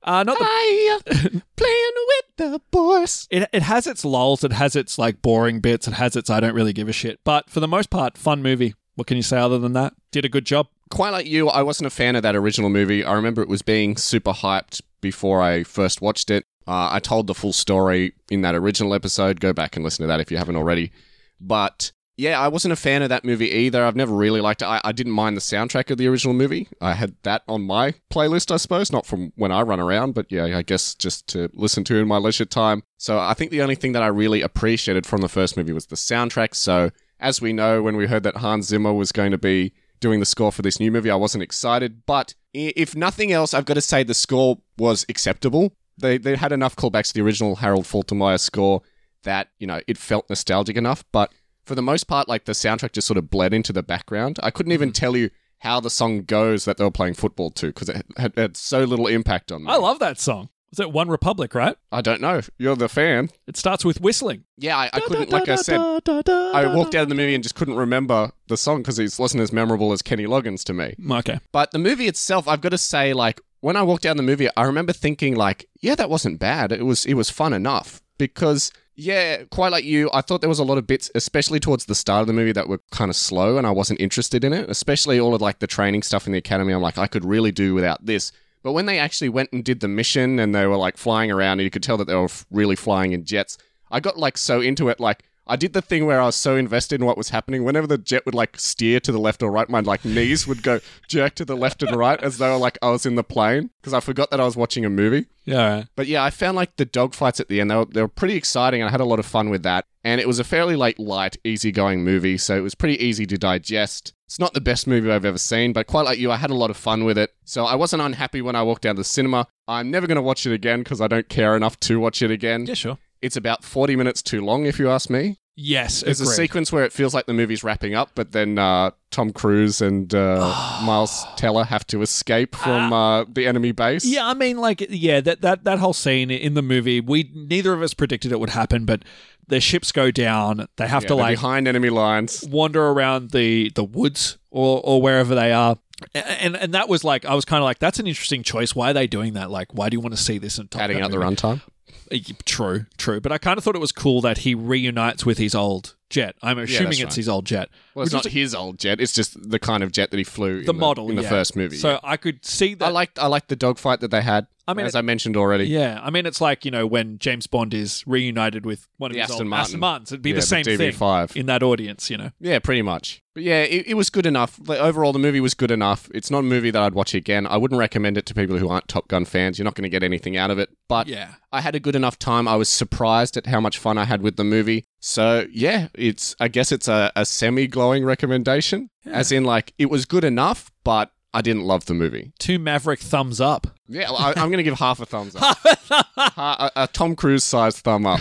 Speaker 2: uh, not the
Speaker 1: I am playing with the boys.
Speaker 2: it, it has its lulls, it has its like boring bits, it has its I don't really give a shit. But for the most part, fun movie. What can you say other than that? Did a good job.
Speaker 1: Quite like you, I wasn't a fan of that original movie. I remember it was being super hyped before I first watched it. Uh, I told the full story in that original episode. Go back and listen to that if you haven't already. But yeah, I wasn't a fan of that movie either. I've never really liked it. I, I didn't mind the soundtrack of the original movie. I had that on my playlist, I suppose, not from when I run around, but yeah, I guess just to listen to in my leisure time. So I think the only thing that I really appreciated from the first movie was the soundtrack. So as we know, when we heard that Hans Zimmer was going to be doing the score for this new movie, I wasn't excited. But i- if nothing else, I've got to say the score was acceptable. They, they had enough callbacks to the original Harold Faltermeyer score that you know it felt nostalgic enough but for the most part like the soundtrack just sort of bled into the background i couldn't even tell you how the song goes that they were playing football to because it had, had so little impact on me
Speaker 2: I love that song. Is it One Republic, right?
Speaker 1: i don't know you're the fan
Speaker 2: It starts with whistling.
Speaker 1: yeah i, I couldn't like i said i walked out of the movie and just couldn't remember the song because it wasn't as memorable as kenny loggins to me
Speaker 2: Mm, Okay.
Speaker 1: But the movie itself, I've got to say, like when I walked down the movie, I remember thinking, like, yeah, that wasn't bad. It was it was fun enough because yeah, quite like you, I thought there was a lot of bits, especially towards the start of the movie, that were kind of slow, and I wasn't interested in it. Especially all of like the training stuff in the academy. I'm like, I could really do without this. But when they actually went and did the mission, and they were like flying around, and you could tell that they were f- really flying in jets, I got like so into it, like. I did the thing where I was so invested in what was happening. Whenever the jet would like steer to the left or right, my like knees would go jerk to the left and right as though like I was in the plane because I forgot that I was watching a movie.
Speaker 2: Yeah, all right.
Speaker 1: But yeah, I found like the dogfights at the end, they were, they were pretty exciting and I had a lot of fun with that. And it was a fairly like light, easygoing movie, so it was pretty easy to digest. It's not the best movie I've ever seen, but quite like you, I had a lot of fun with it. So I wasn't unhappy when I walked out of the cinema. I'm never going to watch it again because I don't care enough to watch it again.
Speaker 2: Yeah, sure.
Speaker 1: It's about 40 minutes too long, if you ask me.
Speaker 2: Yes,
Speaker 1: There's a
Speaker 2: agreed.
Speaker 1: sequence where it feels like the movie's wrapping up, but then uh, Tom Cruise and uh, Miles Teller have to escape from uh, the enemy base.
Speaker 2: Yeah, I mean, like, yeah, that, that that whole scene in the movie, we neither of us predicted it would happen, but their ships go down. They have
Speaker 1: Yeah,
Speaker 2: to
Speaker 1: they're
Speaker 2: like
Speaker 1: behind enemy lines.
Speaker 2: wander around the the woods or or wherever they are. A- And and that was like I was kind of like that's an interesting choice. Why are they doing that? Like, why do you want to see this and
Speaker 1: Padding out the runtime.
Speaker 2: True, true. But I kind of thought it was cool that he reunites with his old jet. I'm assuming
Speaker 1: that's
Speaker 2: it's
Speaker 1: right.
Speaker 2: his old jet.
Speaker 1: Well, it's
Speaker 2: Which
Speaker 1: not his old jet. It's just the kind of jet that he flew. in
Speaker 2: The model
Speaker 1: in the
Speaker 2: yeah.
Speaker 1: first movie.
Speaker 2: So I could see that.
Speaker 1: I liked I liked the dogfight that they had.
Speaker 2: I mean,
Speaker 1: as I mentioned already,
Speaker 2: Yeah, I mean, it's like you know when James Bond is reunited with one of
Speaker 1: The
Speaker 2: his
Speaker 1: Aston
Speaker 2: old
Speaker 1: Martin.
Speaker 2: Aston Martins. It'd be
Speaker 1: Yeah,
Speaker 2: the same thing
Speaker 1: DB5.
Speaker 2: in that audience, you know.
Speaker 1: Yeah, pretty much. But yeah, it, it was good enough. Like, overall, the movie was good enough. It's not a movie that I'd watch again. I wouldn't recommend it to people who aren't Top Gun fans. You're not going to get anything out of it. But
Speaker 2: Yeah,
Speaker 1: I had a good enough time. I was surprised at how much fun I had with the movie. So yeah, it's I guess it's a, a semi glowing recommendation. As in, like it was good enough, but I didn't love the movie.
Speaker 2: two Maverick thumbs up.
Speaker 1: Yeah, well, I, I'm going to give half a thumbs up. Ha- a, a Tom Cruise sized thumb up.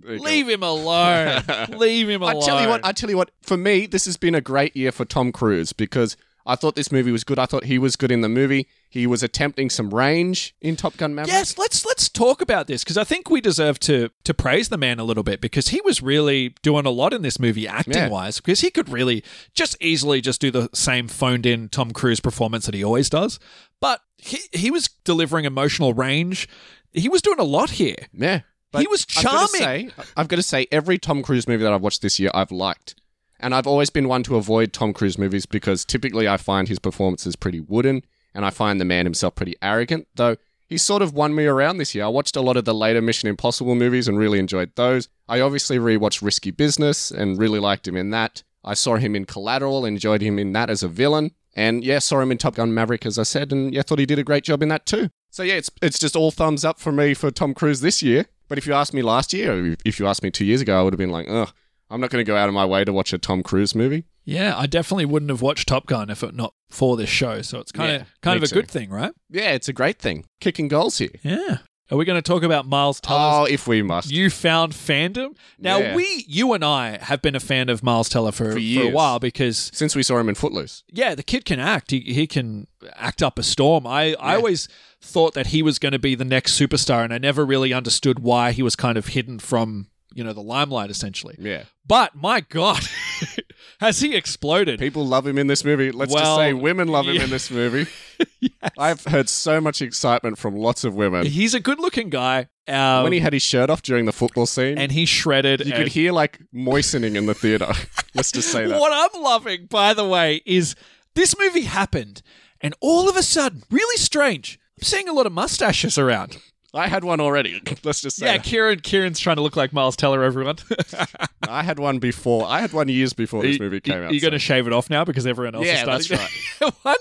Speaker 1: There you go.
Speaker 2: Leave him alone. Leave him
Speaker 1: I
Speaker 2: alone.
Speaker 1: tell you what, I tell you what, for me, this has been a great year for Tom Cruise because I thought this movie was good. I thought he was good in the movie. He was attempting some range in Top Gun Maverick.
Speaker 2: Yes, let's let's talk about this because I think we deserve to to praise the man a little bit because he was really doing a lot in this movie acting
Speaker 1: Yeah.
Speaker 2: wise because he could really just easily just do the same phoned in Tom Cruise performance that he always does, but he he was delivering emotional range. He was doing a lot here.
Speaker 1: Yeah.
Speaker 2: he was
Speaker 1: I've gotta
Speaker 2: charming.
Speaker 1: say- I've got to say, every Tom Cruise movie that I've watched this year, I've liked. And I've always been one to avoid Tom Cruise movies because typically I find his performances pretty wooden and I find the man himself pretty arrogant, though he sort of won me around this year. I watched a lot of the later Mission Impossible movies and really enjoyed those. I obviously rewatched Risky Business and really liked him in that. I saw him in Collateral, enjoyed him in that as a villain. And yeah, saw him in Top Gun Maverick, as I said, and yeah, thought he did a great job in that too. So yeah, it's it's just all thumbs up for me for Tom Cruise this year. But if you asked me last year, or if- if you asked me two years ago, I would have been like, ugh, I'm not going to go out of my way to watch a Tom Cruise movie.
Speaker 2: Yeah, I definitely wouldn't have watched Top Gun if it not for this show. So it's kind
Speaker 1: Yeah,
Speaker 2: of kind of
Speaker 1: me
Speaker 2: a
Speaker 1: too.
Speaker 2: good thing, right?
Speaker 1: Yeah, it's a great thing. Kicking goals here.
Speaker 2: Yeah. Are we going to talk about Miles Teller's
Speaker 1: Oh, if we must.
Speaker 2: you found fandom? Now
Speaker 1: Yeah.
Speaker 2: we, you and I, have been a fan of Miles Teller for, for, a
Speaker 1: years.
Speaker 2: while because
Speaker 1: Since we saw him in Footloose.
Speaker 2: yeah, the kid can act. He he can act up a storm. I I always thought that he was going to be the next superstar, and I never really understood why he was kind of hidden from you know the limelight essentially.
Speaker 1: Yeah.
Speaker 2: But my God, has he exploded?
Speaker 1: People love him in this movie. Let's just
Speaker 2: Well,
Speaker 1: say women love him
Speaker 2: yeah.
Speaker 1: in this movie.
Speaker 2: Yes.
Speaker 1: I've heard so much excitement from lots of women.
Speaker 2: He's a good-looking guy. Um,
Speaker 1: when he had his shirt off during the football scene,
Speaker 2: and he shredded.
Speaker 1: you
Speaker 2: and-
Speaker 1: could hear like moistening in the theater. Let's just say that.
Speaker 2: What I'm loving, by the way, is this movie happened, and all of a sudden, really strange. I'm seeing a lot of mustaches around.
Speaker 1: I had one already. Let's just say
Speaker 2: yeah,
Speaker 1: that.
Speaker 2: Kieran. Kieran's trying to look like Miles Teller. Everyone,
Speaker 1: I had one before. I had one years before this movie came
Speaker 2: you,
Speaker 1: out.
Speaker 2: You're
Speaker 1: so-
Speaker 2: going to shave it off now because everyone else
Speaker 1: Yeah, that's
Speaker 2: is starting. to- what?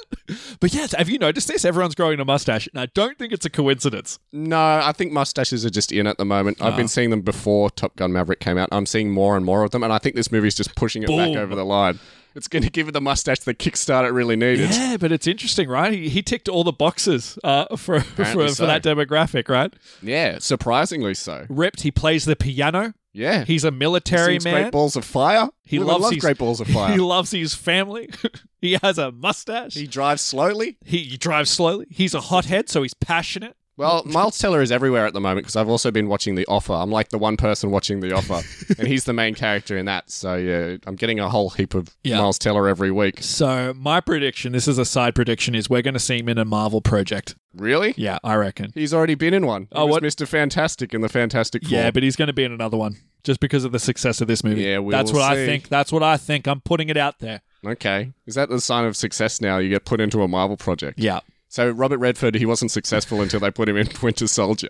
Speaker 2: But yes, have you noticed this? Everyone's growing a mustache, and I don't think it's a coincidence.
Speaker 1: No, I think mustaches are just in at the moment. I've been seeing them before Top Gun Maverick came out. I'm seeing more and more of them, and I think this movie's just pushing it
Speaker 2: Boom.
Speaker 1: back over the line. It's going to give it the mustache the kickstart it really needed.
Speaker 2: Yeah, but it's interesting, right? He, he ticked all the boxes uh, for for,
Speaker 1: Apparently
Speaker 2: for that demographic, right?
Speaker 1: Yeah, surprisingly so.
Speaker 2: Ripped. He plays the piano.
Speaker 1: Yeah.
Speaker 2: He's a military
Speaker 1: Sings
Speaker 2: man.
Speaker 1: Great Balls of Fire.
Speaker 2: He
Speaker 1: Well, I
Speaker 2: loves
Speaker 1: love
Speaker 2: his-
Speaker 1: Great Balls of Fire.
Speaker 2: He
Speaker 1: He,
Speaker 2: loves his family. he has a mustache. He,
Speaker 1: drives slowly.
Speaker 2: he drives slowly. He's a hothead, so he's passionate.
Speaker 1: Well, Miles Teller is everywhere at the moment because I've also been watching The Offer. I'm like the one person watching The Offer, and he's the main character in that. So yeah, I'm getting a whole heap of
Speaker 2: Yeah.
Speaker 1: Miles Teller every week.
Speaker 2: So my prediction, this is a side prediction, is we're going to see him in a Marvel project.
Speaker 1: Really?
Speaker 2: Yeah, I reckon.
Speaker 1: He's already been in one.
Speaker 2: Oh,
Speaker 1: oh, what?
Speaker 2: what-
Speaker 1: Mr. Fantastic in the Fantastic Four.
Speaker 2: Yeah, but he's going to be in another one just because of the success of this movie.
Speaker 1: Yeah, we
Speaker 2: That's
Speaker 1: will
Speaker 2: what I
Speaker 1: see.
Speaker 2: think. That's what I think. I'm putting it out there.
Speaker 1: Okay. Is that the sign of success now? You get put into a Marvel project.
Speaker 2: Yeah.
Speaker 1: So Robert Redford, he wasn't successful until they put him in Winter Soldier.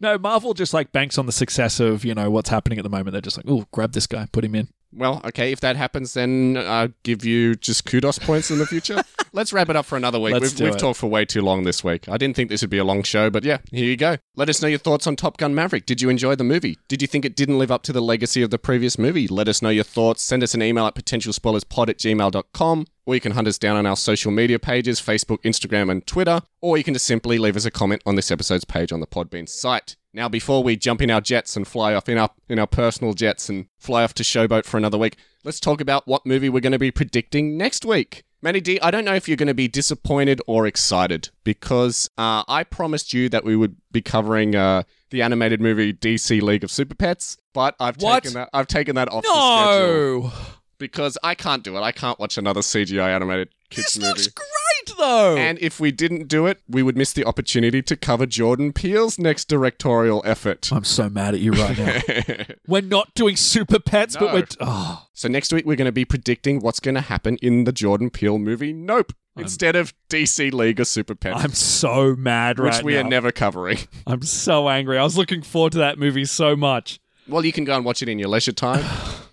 Speaker 2: No, Marvel just like banks on the success of, you know, what's happening at the moment. They're just like, oh, grab this guy, put him in.
Speaker 1: Well, okay, if that happens, then I'll give you just kudos points in the future. Let's wrap it up for another week.
Speaker 2: Let's
Speaker 1: we've
Speaker 2: do
Speaker 1: we've
Speaker 2: it.
Speaker 1: talked for way too long this week. I didn't think this would be a long show, but yeah, here you go. Let us know your thoughts on Top Gun Maverick. Did you enjoy the movie? Did you think it didn't live up to the legacy of the previous movie? Let us know your thoughts. Send us an email at potentialspoilerspod at gmail.com, or you can hunt us down on our social media pages Facebook, Instagram, and Twitter, or you can just simply leave us a comment on this episode's page on the Podbean site. Now, before we jump in our jets and fly off in our in our personal jets and fly off to Showboat for another week, let's talk about what movie we're going to be predicting next week. Manny D, I don't know if you're going to be disappointed or excited because uh, I promised you that we would be covering uh, the animated movie DC League of Super Pets, but I've
Speaker 2: What?
Speaker 1: taken that I've taken that off the schedule
Speaker 2: No!
Speaker 1: because I can't do it. I can't watch another CGI animated kids
Speaker 2: This
Speaker 1: movie.
Speaker 2: looks great, though!
Speaker 1: And if we didn't do it, we would miss the opportunity to cover Jordan Peele's next directorial effort.
Speaker 2: I'm so mad at you right now. we're not doing super pets, but
Speaker 1: No.
Speaker 2: we're. Oh,
Speaker 1: so next week we're going to be predicting what's going to happen in the Jordan Peele movie Nope instead of DC League or Super Pets,
Speaker 2: I'm so mad
Speaker 1: which
Speaker 2: right
Speaker 1: we
Speaker 2: now.
Speaker 1: are never covering.
Speaker 2: I'm so angry. I was looking forward to that movie so much.
Speaker 1: Well, you can go and watch it in your leisure time,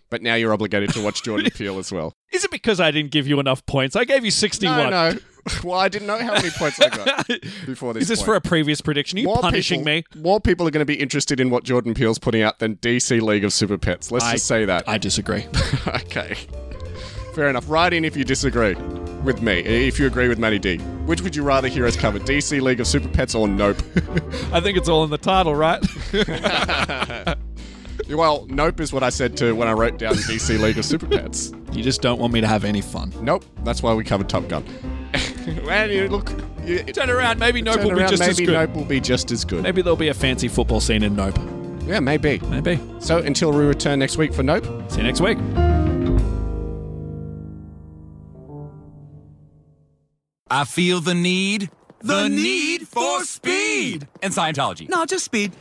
Speaker 1: but now you're obligated to watch Jordan Peele as well.
Speaker 2: Is it because I didn't give you enough points? I gave you 61.
Speaker 1: No, no. Well, I didn't know how many points I got before this.
Speaker 2: Is this
Speaker 1: point.
Speaker 2: for a previous prediction? Are you punishing
Speaker 1: people,
Speaker 2: me?
Speaker 1: More people are going to be interested in what Jordan Peele's putting out than DC League of Super Pets. Let's
Speaker 2: I-
Speaker 1: just say that.
Speaker 2: I disagree.
Speaker 1: okay. Fair enough. Write in if you disagree with me. If you agree with Matty D. Which would you rather hear us cover? DC League of Super Pets or Nope?
Speaker 2: I think it's all in the title, right?
Speaker 1: well, Nope is what I said to when I wrote down DC League of Super Pets.
Speaker 2: you just don't want me to have any fun.
Speaker 1: Nope. That's why we covered Top Gun. well, you look. You,
Speaker 2: Turn around, maybe Nope
Speaker 1: turn
Speaker 2: will be
Speaker 1: around,
Speaker 2: just
Speaker 1: maybe
Speaker 2: as good.
Speaker 1: Nope will be just as good.
Speaker 2: Maybe there'll be a fancy football scene in Nope.
Speaker 1: Yeah, maybe.
Speaker 2: Maybe.
Speaker 1: So until we return next week for Nope.
Speaker 2: See you next week.
Speaker 3: I feel the need. The, need for speed! And Scientology.
Speaker 4: No, just speed.